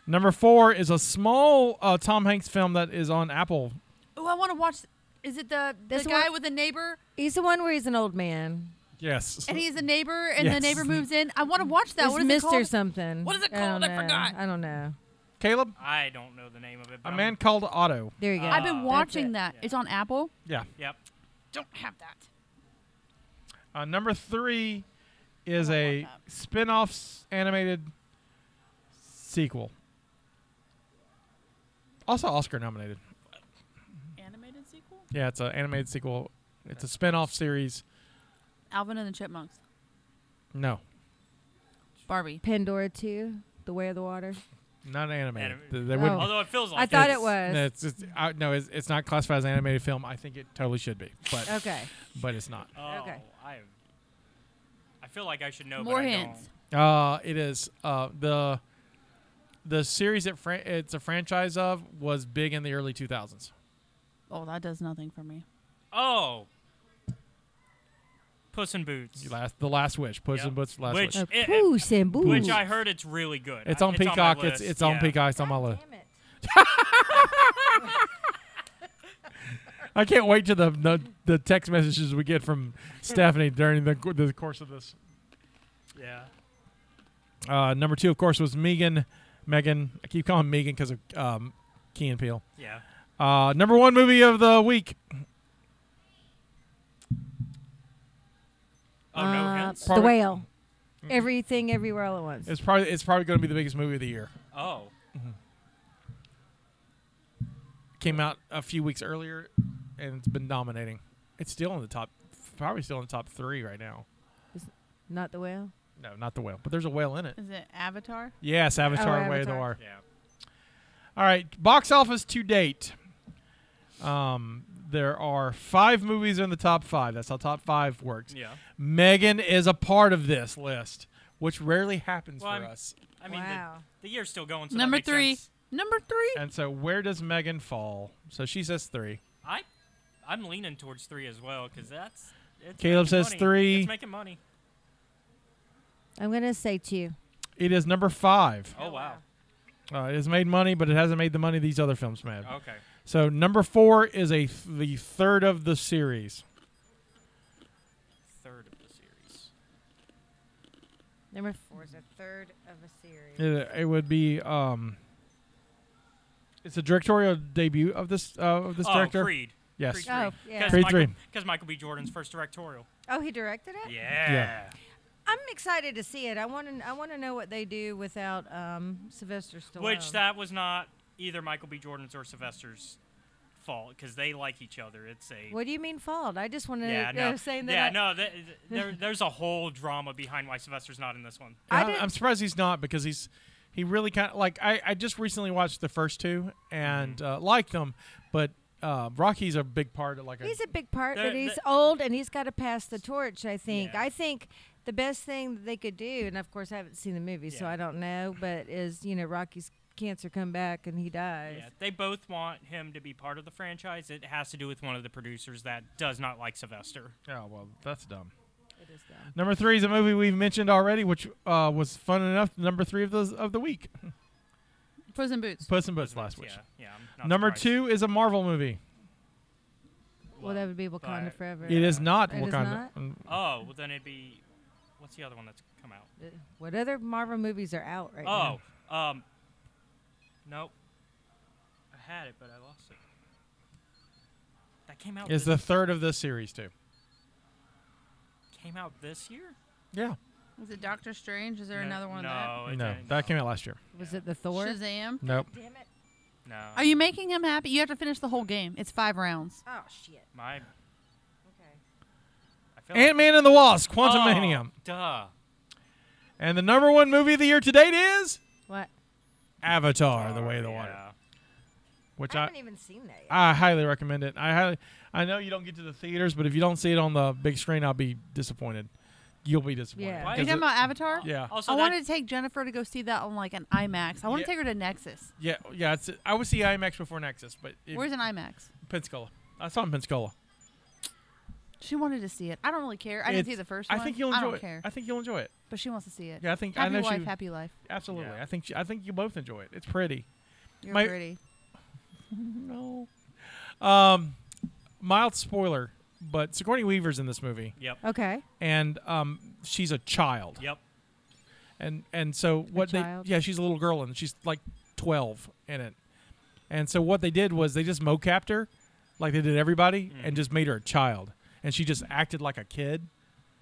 Number four is a small uh, Tom Hanks film that is on Apple. Oh, I want to watch. Is it the the This guy one- with the neighbor He's the one where he's an old man. Yes. and he's a neighbor and the Yes. neighbor moves in? I want to watch that. It's what is it Mr. called? something. What is it I don't called? I know. forgot. I don't know. Caleb, I don't know the name of it. But a I'm- man called Otto. There you go. I've Uh, been That's watching it. that. Yeah. It's on Apple. Yeah. Yep. Don't have that. Uh, number three is I don't a want spin-off s- animated sequel. Also Oscar nominated. Animated sequel? Yeah, it's an animated sequel. It's a spin-off series. Alvin and the Chipmunks. No, Barbie. Pandora 2, The Way of the Water. not animated. Anim- Th- They wouldn't. Although it feels like Oh. I thought it's- it was. No, it's, it's, I, no it's, it's not classified as an animated film. I think it totally should be, but Okay. but it's not. Oh, Okay. I. I feel like I should know. More but I hints. Don't. Uh, it is uh, the the series that fran- it's a franchise of was big in the early 2000s. Oh, that does nothing for me. Oh. Puss in Boots. You Last the Last Wish, Puss Yep. in Boots, Last Which- Wish. Uh, it- Poos and boos. Eh, Which I heard Uh, it's really good. It's I- on my Peacock. it's list, it's on yeah. Peacock. It's on my list. Damn it. I can't wait to the, the the text messages we get from Stephanie during the the course of this. Yeah. Uh, number two, of course, was Megan. Megan. I keep calling Megan because of um, Key and Peele. Yeah. Uh, number one movie of the week. Oh no Uh, hints. The Probably- Whale. Everything, everywhere, all at once. It's probably it's probably going to be the biggest movie of the year. Oh. Came out a few weeks earlier, and it's been dominating. It's still in the top, probably still in the top three right now. Not the whale. No, not the whale, but there's a whale in it. *laughs* Is it Avatar? Yes, Avatar: Oh, Way of the Avatar. Water. Yeah. All right, box office to date. Um, there are five movies in the top five. That's how top five works. Yeah. Megan is a part of this list, which rarely happens Well, for I'm- us. I mean, Wow. the, the year's still going. So that Number makes three. sense. Number three. And so, where does Megan fall? So she says three. I, I'm leaning towards three as well because that's. It's Caleb making says money. three. It's making money. I'm going to say two. It is number five. Oh, wow. Uh, it has made money, but it hasn't made the money these other films made. Okay. So number four is a th- the third of the series. Third of the series. Number four is a third of a series. It, it would be um. It's a directorial debut of this uh, of this oh, director. Creed. Yes. Creed Oh, yeah. Creed Michael, three. Because Michael B. Jordan's first directorial. Oh, he directed it? Yeah. I'm excited to see it. I want to I want to know what they do without um, Sylvester Stallone. Which that was not either Michael B. Jordan's or Sylvester's fault because they like each other. It's a What do you mean fault? I just want to yeah no saying that yeah I, no th- th- there, there's a whole drama behind why Sylvester's not in this one. I Yeah, didn't- I'm surprised he's not because he's he really kind of like I, I just recently watched the first two and Mm-hmm. uh, liked them, but uh, Rocky's a big part of like He's a, a big part, There- but he's there- old and he's got to pass the torch. I think. Yeah. I think the best thing that they could do, and of course I haven't seen the movie, so Yeah. I don't know, but is you know Rocky's cancer come back and he dies. Yeah, they both want him to be part of the franchise. It has to do with one of the producers that does not like Sylvester. oh well that's dumb. It is dumb. Number three is a movie we've mentioned already, which uh, was fun enough. Number three of the of the week, Prison Boots. Puss in Boots last week. Yeah, yeah. I'm not Number surprised. two is a Marvel movie. Well, that would be but- Wakanda forever. It is not It is Wakanda. not? Mm, Oh, well then it'd be. What's the other one that's come out? Uh, What other Marvel movies are out right now? Oh, um, nope. I had it, but I lost it. That came out. It's the this, third of this series too. came out this year? Yeah, Is it Doctor Strange? Is there no, another one No, of that? it no, didn't. that came out last year. Was it the Thor? Shazam. Oh, Nope. Damn it! No, Are you making him happy? You have to finish the whole game. It's five rounds. Oh shit! my. I Okay. feel like- Ant Man and the Wasp: Oh, Quantum Manium. Duh. And the number one movie of the year to date is What? Avatar: The Way of the Yeah. Water, which I I, haven't e-, even seen that yet. I highly recommend it. I highly, I know you don't get to the theaters, but if you don't see it on the big screen, I'll be disappointed. You'll be disappointed. Yeah. Why Are you because talking it- about Avatar? yeah, Also, I that, wanted to take Jennifer to go see that on like an IMAX. I want Yeah. to take her to Nexus. yeah, yeah. It's, I would see IMAX before Nexus, but it, Where's an IMAX? Pensacola? I saw it in Pensacola. She wanted to see it. I don't really care. I didn't see It's- the first I one. think you'll I enjoy don't it. care. I think you'll enjoy it. But she wants to see it. Yeah, I think Happy I know wife, she happy life. absolutely. Yeah. I think she, I think you both enjoy it. It's pretty. You're My- pretty. No. Um, mild spoiler, but Sigourney Weaver's in this movie, Yep. Okay. and um, she's a child. Yep. and and so what they child? yeah she's a little girl and she's like 12 in it and so what they did was they just mocapped her like they did everybody Mm. and just made her a child and she just acted like a kid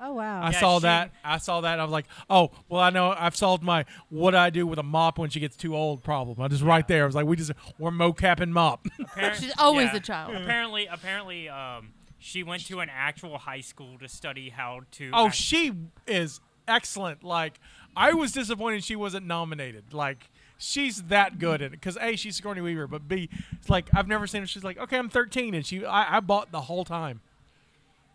Oh wow. i Yeah, saw she- that i saw that and i was like oh well i know i've solved my what i do with a mop when she gets too old problem i just right there i was like we just we're mocapping mop *laughs* Apparent- She's always a child. Apparently, apparently, um, she went to an actual high school to study how to. oh act- she is excellent like i was disappointed she wasn't nominated like she's that good at it because a she's Sigourney Weaver but b it's like I've never seen her she's like okay I'm 13 and she I, I bought the whole time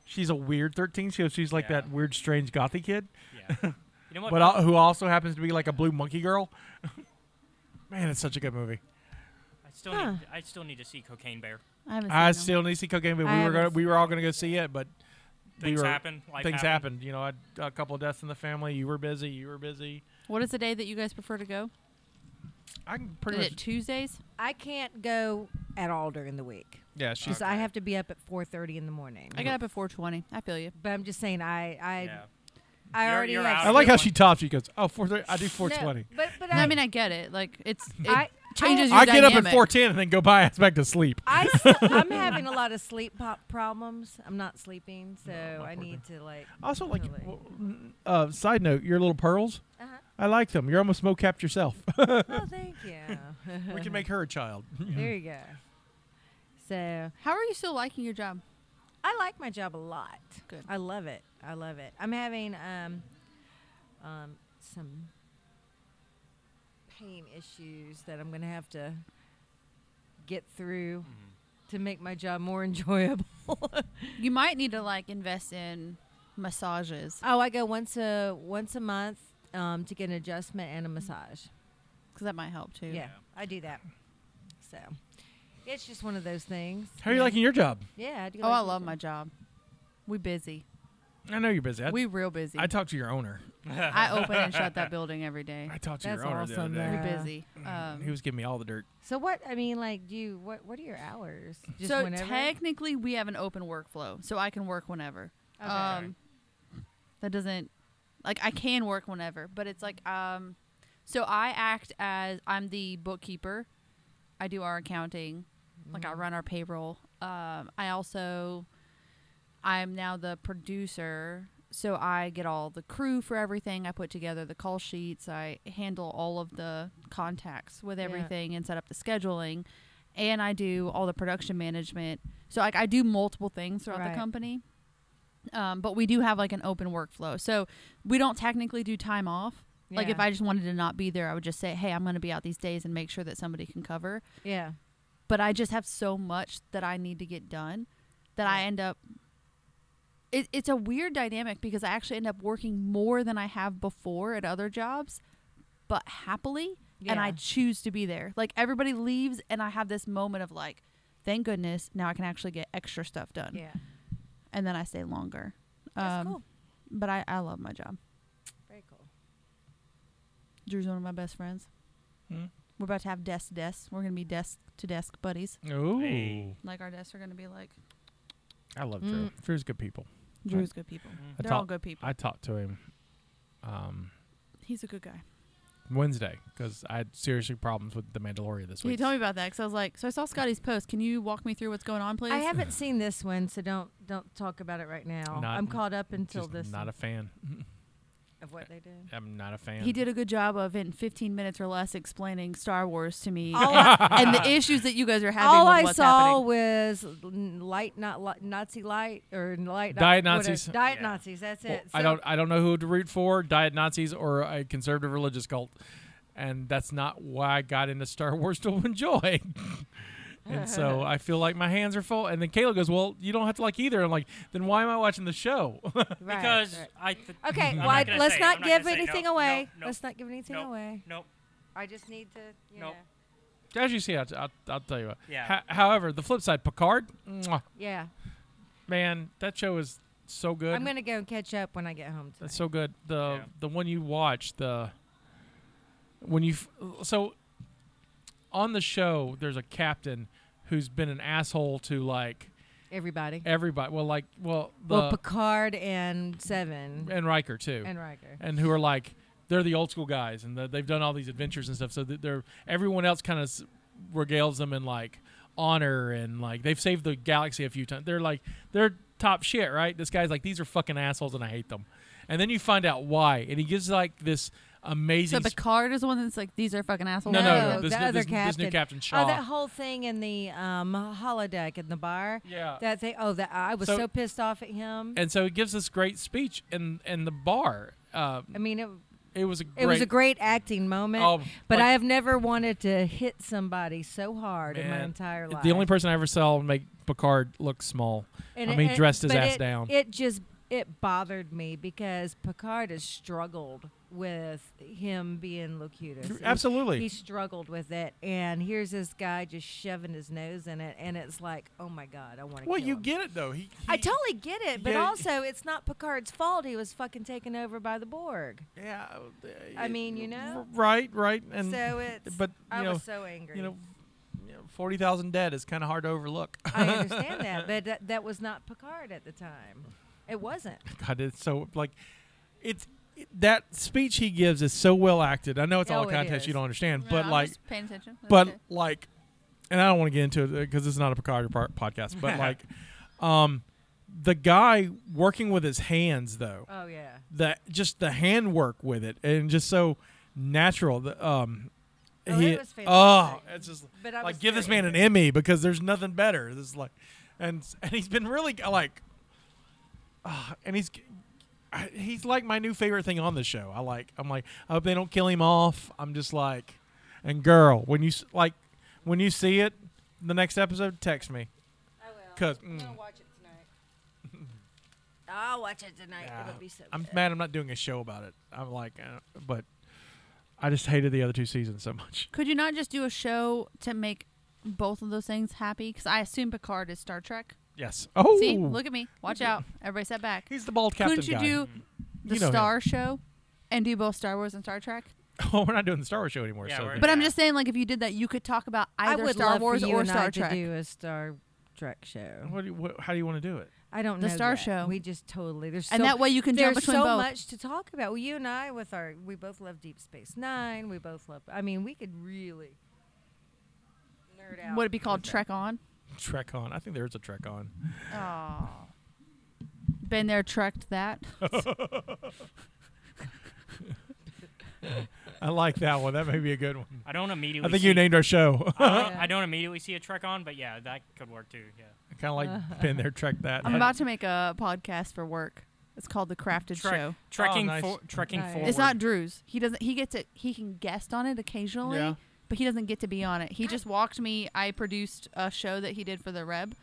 she's a weird 13 so she's like Yeah. that weird strange gothy kid Yeah. You know what? but al- who also happens to be like a blue monkey girl *laughs* man it's such a good movie I still Huh. need. I still need to see Cocaine Bear. I haven't seen I them. still need to see Cocaine but I we were haven't gonna, we were all gonna go see it but Things we were, happen. Life things happen. happened you know I had a couple of deaths in the family you were busy you were busy What is the day that you guys prefer to go? I can pretty Is much it Tuesdays? I can't go at all during the week Yeah, she's. because I have to be up at 4:30 in the morning. Mm-hmm. I got up at 4:20. I feel you. But I'm just saying, I I Yeah. I You're- already you're have. out. I like how she tops. She goes, "Oh, 430, I do four twenty. No, but but No, I, I mean, I get it. Like it's it I- changes It's your I get up at dynamic. four ten and then go by *laughs* ass back to sleep." *laughs* I s- I'm having a lot of sleep po- problems. I'm not sleeping, so my I poor need to *laughs* like. Also, like, Totally. w- uh, side note, your little pearls. Uh-huh. I like them. You're almost mocapped yourself. Oh, thank you. *laughs* we can make her a child. *laughs* there you go. So How are you still liking your job? I like my job a lot. Good. I love it. I love it. I'm having um, um, some pain issues that I'm going to have to get through Mm-hmm. to make my job more *laughs* enjoyable. You might need to like invest in massages oh, I go once a once a month um, to get an adjustment and a massage. because that might help too. Yeah, I do that. So it's just one of those things. *laughs* How are you know? liking your job? Yeah, I do. Oh, like I it love too. my job. We busy. I know you're busy. I, we real busy. I I talked to your owner. *laughs* open and shut that building every day. I talked to That's your owner the awesome, other We day. though. Yeah. busy. Um, He was giving me all the dirt. So what? I mean, like, do you what? What are your hours? Just so whenever? technically, we have an open workflow, so I can work whenever. Okay. Um, that doesn't like I can work whenever, but it's like um, so I act as I'm the bookkeeper. I do our accounting, like Mm-hmm. I run our payroll. Um, I also I'm now the producer, so I get all the crew for everything. I put together the call sheets. I handle all of the contacts with Yeah. everything and set up the scheduling, and I do all the production management. So like I do multiple things throughout Right. the company. Um, but we do have like an open workflow, so we don't technically do time off. Like if Yeah. I just wanted to not be there, I would just say, "Hey, I'm going to be out these days and make sure that somebody can cover." yeah. but I just have so much that I need to get done that I Right. end up. It, it's a weird dynamic because I actually end up working more than I have before at other jobs, but happily, and I Yeah. choose to be there. Like everybody leaves, and I have this moment of like, thank goodness now I can actually get extra stuff done, Yeah. and then I stay longer. That's Um, cool. But I, I love my job. Very cool. Drew's one of my best friends. Hmm. We're about to have desk to desk. We're gonna be desk to desk buddies. Ooh, Hey. Like our desks are gonna be like I love Drew. Mm. Drew's good people. Drew's good people. Hmm. I They're all talked. good people. I talked to him um, He's a good guy. Wednesday because I had seriously problems with the Mandalorian this week. He told me about that because I was like, so I saw Scotty's post. Can you walk me through what's going on, please? I haven't seen this one, so don't don't talk about it right now. Not- I'm caught up until Just this Not one a fan. of what *laughs* they did. I'm not a fan. He did a good job of in 15 minutes or less explaining Star Wars to me All and, I, *laughs* and the issues that you guys are having. all with I what's saw happening. was n- light, not li- Nazi light or light Diet whatever. Nazis. Diet Yeah. Nazis. That's Well, it. I So- don't I don't know who to root for, diet Nazis or a conservative religious cult. And that's not why I got into Star Wars to *laughs* enjoy. and *laughs* so I feel like my hands are full. And then Kayla goes, Well, you don't have to like either. I'm like, then why am I watching the show? *laughs* *laughs* Right, because right. I. Th- Okay, I'm well, not I- gonna let's say it. not I'm give gonna say it. anything No, away. No, no, Let's not give anything no, away. No. I just need to, you Nope. know. As you see, I, will I'll tell you what. Yeah. Ho- however, the flip side, Picard, mwah, Yeah. Man, that show is so good. I'm gonna go and catch up when I get home. Tonight. That's so good. The Yeah. the one you watch the when you f- so on the show there's a captain who's been an asshole to like Everybody. everybody. Well, like well the well, Picard and Seven and Riker too, and Riker. and who are like they're the old school guys and the, they've done all these adventures and stuff. So that they're everyone else kind of regales them in like honor and like they've saved the galaxy a few times. They're like they're top shit, right? This guy's like these are fucking assholes and I hate them. And then you find out why, and he gives like this So amazing. sp- Picard is the one that's like, these are fucking assholes. no, no, No, This, the new- other this, this new captain. Captain Shaw. Oh, that whole thing in the um, holodeck in the bar. yeah. That thing. Oh, that I was So- so, pissed off at him. and so he gives this great speech in in the bar. Uh, I mean, it, it was a it was a great acting moment. Oh, but like- I have never wanted to hit somebody so hard in my Man, entire life. The only person I ever saw make Picard look small. And I it- mean, and- dressed his but ass it- down. It just it bothered me because Picard has struggled with him being locutus. Absolutely. He struggled with it, and here's this guy just shoving his nose in it, and it's like, oh my god, I want to. well, kill you him. get it though. He, I he- totally get it, but Yeah. also it's not Picard's fault. He was fucking taken over by the Borg. Yeah. uh, I it- mean, you know? Right, right, and so it's. but I you know, was so angry. you know, you know, forty thousand dead is kind of hard to overlook. *laughs* I understand that, but that, that was not Picard at the time. It wasn't. God, it's so like it's it, that speech he gives is so well acted. I know it's all a Oh, it context you is. don't understand, No, but I'm like, just paying attention. That's but it. like, and I don't want to get into it because it's not a Picard par- podcast, *laughs* but like, um, the guy working with his hands though, Oh yeah. the just the handwork with it and just so natural. The, um, Oh, he, it was oh, fantastic. it's just But I like was give this very man an Emmy because there's nothing better. This is like, and and he's been really uh, like, ah, and he's. I- He's like my new favorite thing on the show. I like. I'm like. I hope they don't kill him off. I'm just like, and girl, when you s- like, when you see it, the next episode, text me. I will. 'Cause, I'm gonna mm. watch it tonight. I'll watch it tonight. Yeah. It'll be so. I'm good. mad I'm not doing a show about it. I'm like, uh, but I just hated the other two seasons so much. *laughs* Could you not just do a show to make both of those things happy? Because I assume Picard is Star Trek. Yes. Oh, See, look at me. Watch out. Everybody set back. he's the bald captain Couldn't you guy. do the You know him. Star Show and do both Star Wars and Star Trek? *laughs* Oh, we're not doing the Star Wars show anymore. Yeah, so we're- But I'm Yeah. just saying, like, if you did that, you could talk about I either would Star love Wars for you or and I Star to Trek. do a Star Trek show. What do you, what, how do you want to do it? I don't The know Star yet. Show. We just totally there's so and that way you can jump there's between so both. much to talk about. Well, you and I with our we both love Deep Space Nine. We both love. I mean, we could really nerd out. Would it be called with Trek On? Trek on. I think there is a Trek on. Oh. Been there, trekked that. I like that one. That may be a good *laughs* one. I don't immediately. I think see, you named our show. *laughs* I don't, *laughs* Yeah. I don't immediately see a Trek on, but yeah, that could work too. Yeah. kind of like *laughs* been there, Trek that. I'm about to make a podcast for work. It's called The Crafted Trek- Show. Trekking nice. for, trekking Nice. forward. It's not Drew's. He doesn't. He gets it. He can guest on it occasionally, Yeah. but he doesn't get to be on it. He just walked me. I produced a show that he did for the Reb,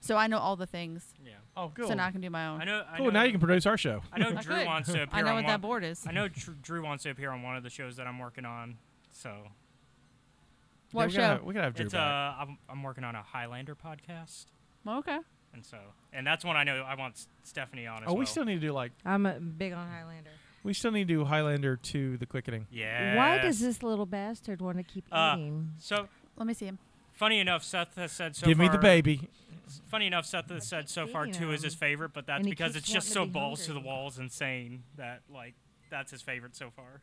so I know all the things. Yeah. Oh, cool. So now I can do my I own. know. I cool. know, Now you can produce our show. *laughs* I know I Drew could. wants to appear I know on what one. that board is. I know Dr- Drew wants to appear on one of the shows that I'm working on. So Yeah, What we gotta, show? We gotta have Drew it's uh, back. I'm, I'm working on a Highlander podcast, okay. and so and that's one I know I want S- Stephanie on uh, as oh, well. we still need to do like that. I'm a, big on Highlander. we still need to do Highlander to the quickening. Yeah. Why does this little bastard want to keep Uh, eating? So Let me see him. funny enough, Seth has said so. Give far, me the baby. Funny enough, Seth has said so far feeding two is his him, favorite, but that's and he because keeps it's just so wanting to be balls to the hungry. walls insane that like that's his favorite so far.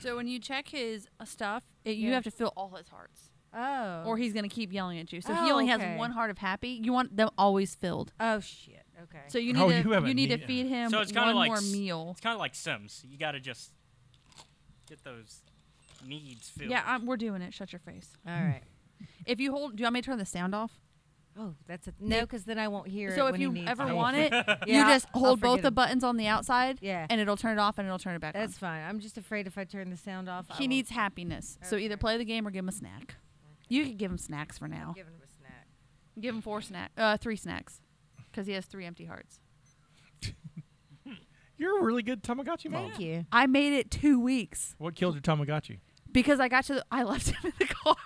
So when you check his uh, stuff, it, you Yeah. have to fill all his hearts, Oh, or he's gonna keep yelling at you. So Oh, he only okay. has one heart of happy. You want them always filled. oh shit. Okay. So you need Oh, to you have you, a need to need- feed him So it's kinda one like more s- meal. It's kind of like Sims. You got to just get those needs filled. Yeah, i we're doing it. Shut your face. all right. If you hold, do you want me to turn the sound off? Oh, that's a no, because then I won't hear it. So if when he you needs ever it. want *laughs* it, you *laughs* Yeah, just I'll hold both forget the him. buttons on the outside, Yeah. and it'll turn it off and it'll turn it back That's fine. I'm just afraid if I turn the sound off, on. I He will- needs happiness, so either Okay. play the game or give him a snack. You could give him snacks for now. I'm giving him a snack. Give him four snack, uh, three snacks, because he has three empty hearts. You're a really good Tamagotchi mom. Thank you. I made it two weeks What killed your Tamagotchi? *laughs* because I got to. The, I left him in the car.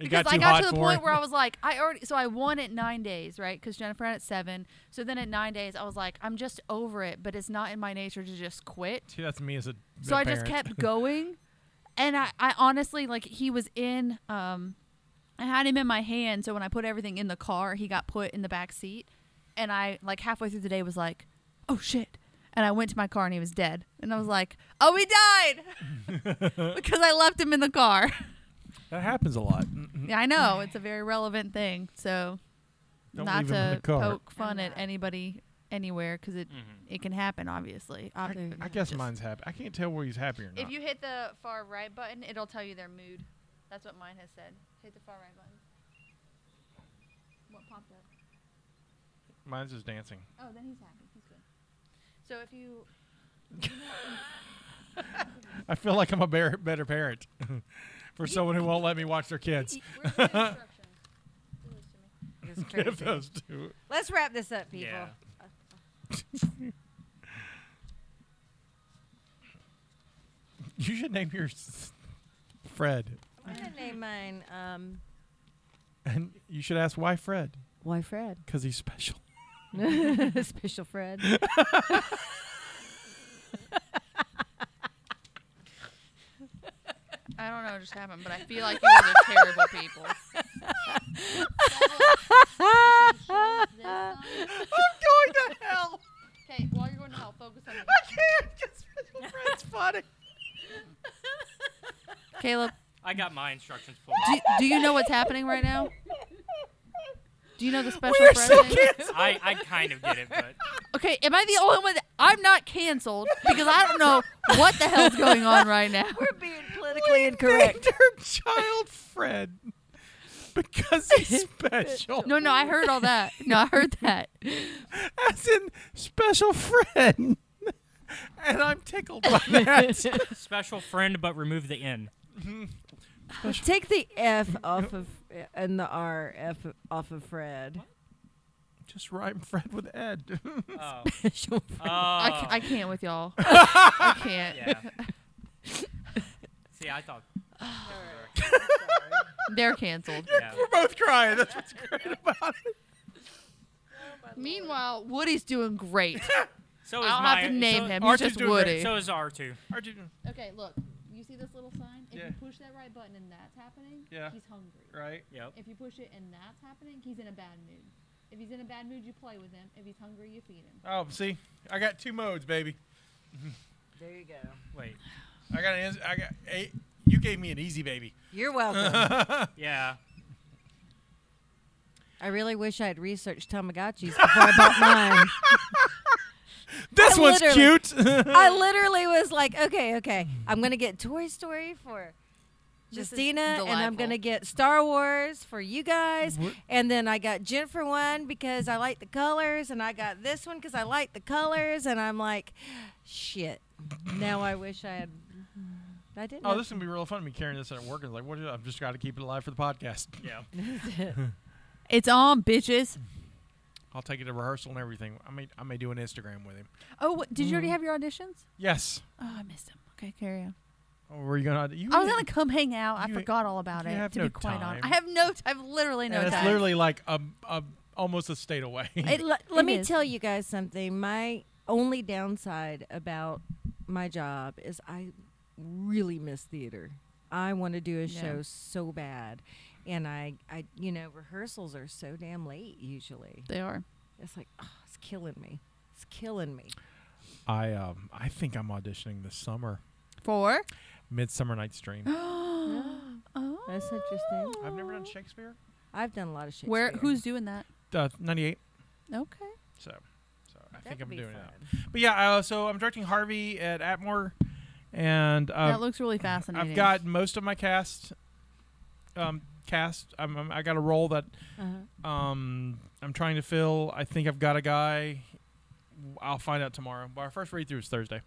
It because got too I got hot to the for point him. where I was like, I already. So I won at nine days, right? Because Jennifer had it seven. So then at nine days, I was like, I'm just over it. But it's not in my nature to just quit. See, that's me as a So I just parent. *laughs* kept going, and I, I honestly like he was in. Um, I had him in my hand, so when I put everything in the car, he got put in the back seat, and I like halfway through the day was like, "Oh shit." And I went to my car and he was dead. And I was like, oh, he died! *laughs* because I left him in the car. That happens a lot. Yeah, I know *laughs* it's a very relevant thing. So Don't not leave 'em in to the car. poke fun I'm at not. anybody anywhere because it it can happen. Obviously, I, Obvi- I guess just- mine's happy. I can't tell where he's happy or not. If you hit the far right button, it'll tell you their mood. That's what mine has said. Hit the far right button. What popped up? Mine's just dancing. Oh, then he's happy. He's good. So if you *laughs* I feel like I'm a better, better parent *laughs* for someone *laughs* who won't let me watch their kids. where's *laughs* the instructions? Give those to me. It's If crazy. those two. Let's wrap this up, people. Yeah. You should name yours Fred. I'm gonna name mine. Um, And you should ask why Fred? why Fred? *laughs* Because he's special. Special Fred. I don't know what just happened, but I feel like you guys are terrible *laughs* people. *laughs* *laughs* I'm going to hell. Okay, while you're going to hell, focus on *laughs* Fred's funny. Caleb, I got my instructions pulled. up. do, do you know what's happening right now? Do you know the special We're Fred so thing? kids. I, I kind of get it, but Okay, am I the only one? That, I'm not canceled because I don't know what the hell's going on right now. *laughs* We're being politically Named incorrect. her child Fred because *laughs* he's special. No, no, I heard all that. No, I heard that. As in special Fred. And I'm tickled *laughs* by that. Mm-hmm. special friend, but remove the N. *laughs* Take the F off of and the R F off of Fred. Just rhyme Fred with Ed. *laughs* Oh. Special Fred. I, ca- I can't with y'all. I *laughs* can't. yeah. See, I thought. They're canceled. Yeah. We're both crying. That's what's great about it. Meanwhile, Woody's doing great. So is I'll my, have to name so, him. Archie's He's just doing great. Woody. So is R two. Okay, look. You see this little sign? If Yeah. you push that right button and that's happening, Yeah. he's hungry. Right? Yep. If you push it and that's happening, he's in a bad mood. If he's in a bad mood, you play with him. If he's hungry, you feed him. Oh, see? I got two modes, baby. there you go. Wait. I got an I got a you gave me an easy baby. *laughs* You're welcome. Yeah. *laughs* I really wish I had researched Tamagotchis before I bought mine. This I one's literally- *laughs* cute. *laughs* *laughs* I literally was like, okay, okay, I'm gonna get Toy Story for This is Justina, and I'm delightful. gonna get Star Wars for you guys, What- and then I got Jen for one because I like the colors, and I got this one because I like the colors, and I'm like, shit. Now I wish I had. I didn't. oh, this is gonna be real fun. Me carrying this at work and like, what? Do I, I've just got to keep it alive for the podcast. Yeah. It's on, Mm. bitches. I'll take it to rehearsal and everything. I may I may do an Instagram with him. Oh, what, did you Mm. already have your auditions? Yes. Oh, I missed them. Okay, carry on. Oh, were you gonna? You I was gonna come hang out. I you- forgot all about you it. have to no be quite honest, I time. have no. T- I have literally no And it's time. literally like a, a almost a state away. *laughs* *laughs* It, le- let It me is. tell you guys something. My only downside about my job is I really miss theater. I want to do a Yeah. show so bad. And I, I, you know, rehearsals are so damn late usually. they are. It's like, oh, it's killing me. It's killing *gasps* me. I um I think I'm auditioning this summer. *gasps* Four. Midsummer Night's Dream. Oh. That's interesting. I've never done Shakespeare. I've done a lot of Shakespeare. Where? Who's doing that? Uh, 98. Okay. So, so I That think could I'm be doing fun. that. But yeah, uh, so I'm directing Harvey at Atmore, and uh, that looks really fascinating. I've got most of my cast. Um, cast. I'm, I'm, I got a role that Uh-huh. um, I'm trying to fill. I think I've got a guy. I'll find out tomorrow. But our first read through is Thursday.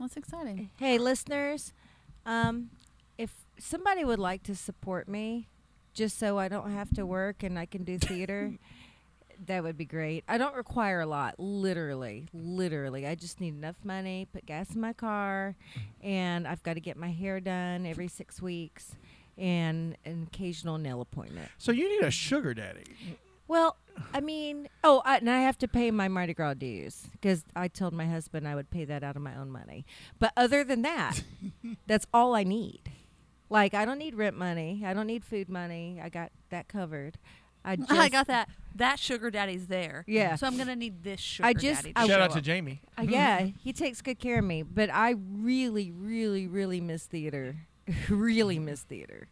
That's exciting. Hey, listeners, um, if somebody would like to support me just so I don't have to work and I can do *laughs* theater, that would be great. I don't require a lot, literally. Literally. I just need enough money, put gas in my car, and I've got to get my hair done every six weeks. and an occasional nail appointment. So you need a sugar daddy. Well, I mean, oh, I, and I have to pay my Mardi Gras dues because I told my husband I would pay that out of my own money. But other *laughs* than that, that's all I need. Like, I don't need rent money. I don't need food money. I got that covered. *laughs* I *laughs* just, I got that. That sugar daddy's there. Yeah. So I'm gonna need this sugar I just- daddy. I- Shout will. out to Jamie. Uh, yeah, Mm-hmm. he takes good care of me. But I really, really, really miss theater. *laughs* really miss theater.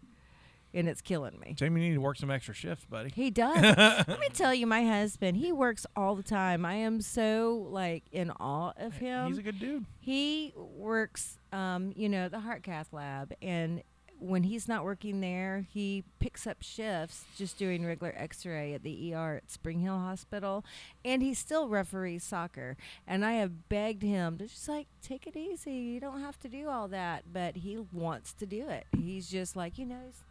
And it's killing me. Jamie, you need to work some extra shifts, buddy. He does. *laughs* Let me tell you, my husband, he works all the time. I am so like in awe of him. He's a good dude. He works, um, you know, the heart cath lab, and when he's not working there, he picks up shifts just doing regular X-ray at the ER at Spring Hill Hospital, and he still referees soccer. And I have begged him to just like take it easy. You don't have to do all that, but he wants to do it. He's just like you know, he's,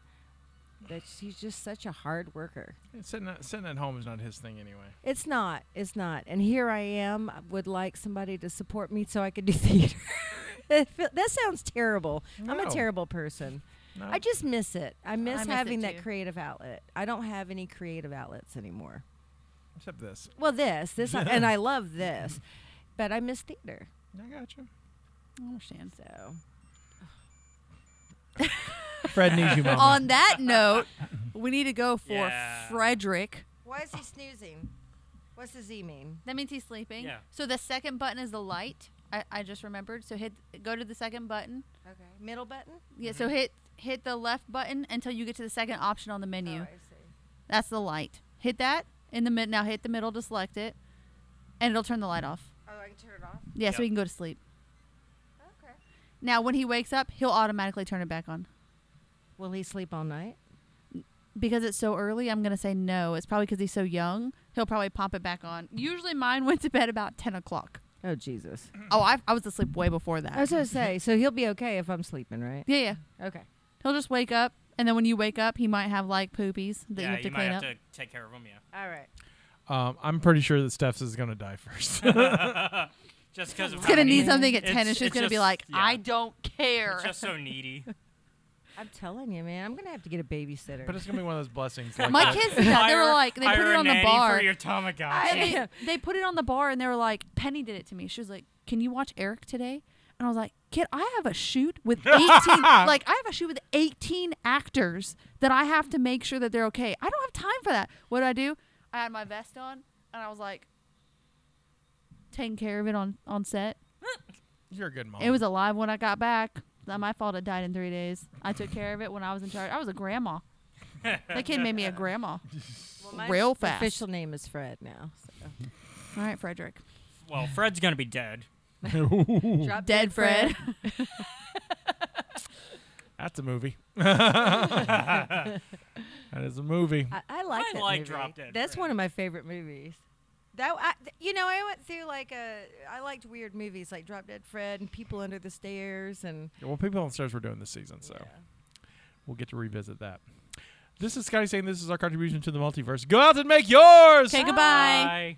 that's, he's just such a hard worker. Yeah, Sitting at, sitting at home is not his thing anyway. It's not. It's not. And here I am. I would like somebody to support me so I could do *laughs* theater. It fe- that sounds terrible. I'm No. a terrible person. No. I just miss it. I miss, miss it having too. that creative outlet. I don't have any creative outlets anymore. Except this. Well, this, this, and I love this, but I miss theater. I got you. I understand. So Fred needs you, *laughs* mama. *laughs* On that note, we need to go for Yeah. Frederick. why is he snoozing? What's his Z mean? That means he's sleeping. Yeah. So the second button is the light. I, I just remembered. So hit go to the second button. Okay, middle button. Yeah. Mm-hmm. So hit hit the left button until you get to the second option on the Oh, menu. That's the light. Hit that in the mid. Now hit the middle to select it, and it'll turn the light off. Oh, I can turn it off. Yeah. So Yep. he can go to sleep. Okay. Now when he wakes up, he'll automatically turn it back on. Will he sleep all night? because it's so early, I'm gonna say no. It's probably because he's so young. He'll probably pop it back on. Usually, mine went to bed about ten o'clock. Oh Jesus! Oh, I, I was asleep way before that. I was gonna say, so he'll be okay if I'm sleeping, right? yeah, yeah. Okay. He'll just wake up, and then when you wake up, he might have like poopies that you yeah, have to might clean have up. to take care of them. *laughs* Yeah, *laughs* All right. Um, I'm pretty sure that Steph's is going to die *laughs* first. just because He's gonna need Yeah. something at ten, It's- and she's it's gonna be just- like, yeah. "I don't care." It's just *laughs* so needy. I'm telling you, man, I'm gonna have to get a babysitter. but it's going to be one of those blessings. Like My that. kids did that. They were Hire- like, they put hire it a on the nanny bar. for your Tamagotchi. And they, they put it on the bar, and they were like, "Penny did it to me." She was like, "Can you watch Eric today?" And I was like, "Kid, I have a shoot with 18 like I have a shoot with 18 actors that I have to make sure that they're okay. I don't have time for that. What did I do? I had my vest on, and I was like, taking care of it on on set. You're a good mom. It was alive when I got back. Not my fault. It died in three days. I took care of it when I was in charge. I was a grandma. that kid made me a grandma. real fast. Official name is Fred now. So. All right, Frederick. well, Fred's gonna be dead. *laughs* Drop Dead Fred. That's a *laughs* movie. *laughs* that is a movie. I, I like I that like movie. Drop Dead That's Fred. one of my favorite movies. That I, th- you know, I went through like a. I liked weird movies like Drop Dead Fred and People Under the Stairs and. well, people on stairs were doing this season, so we'll get to revisit that. This is Scotty saying this is our contribution to the multiverse. Go out and make yours. Okay, goodbye. Bye.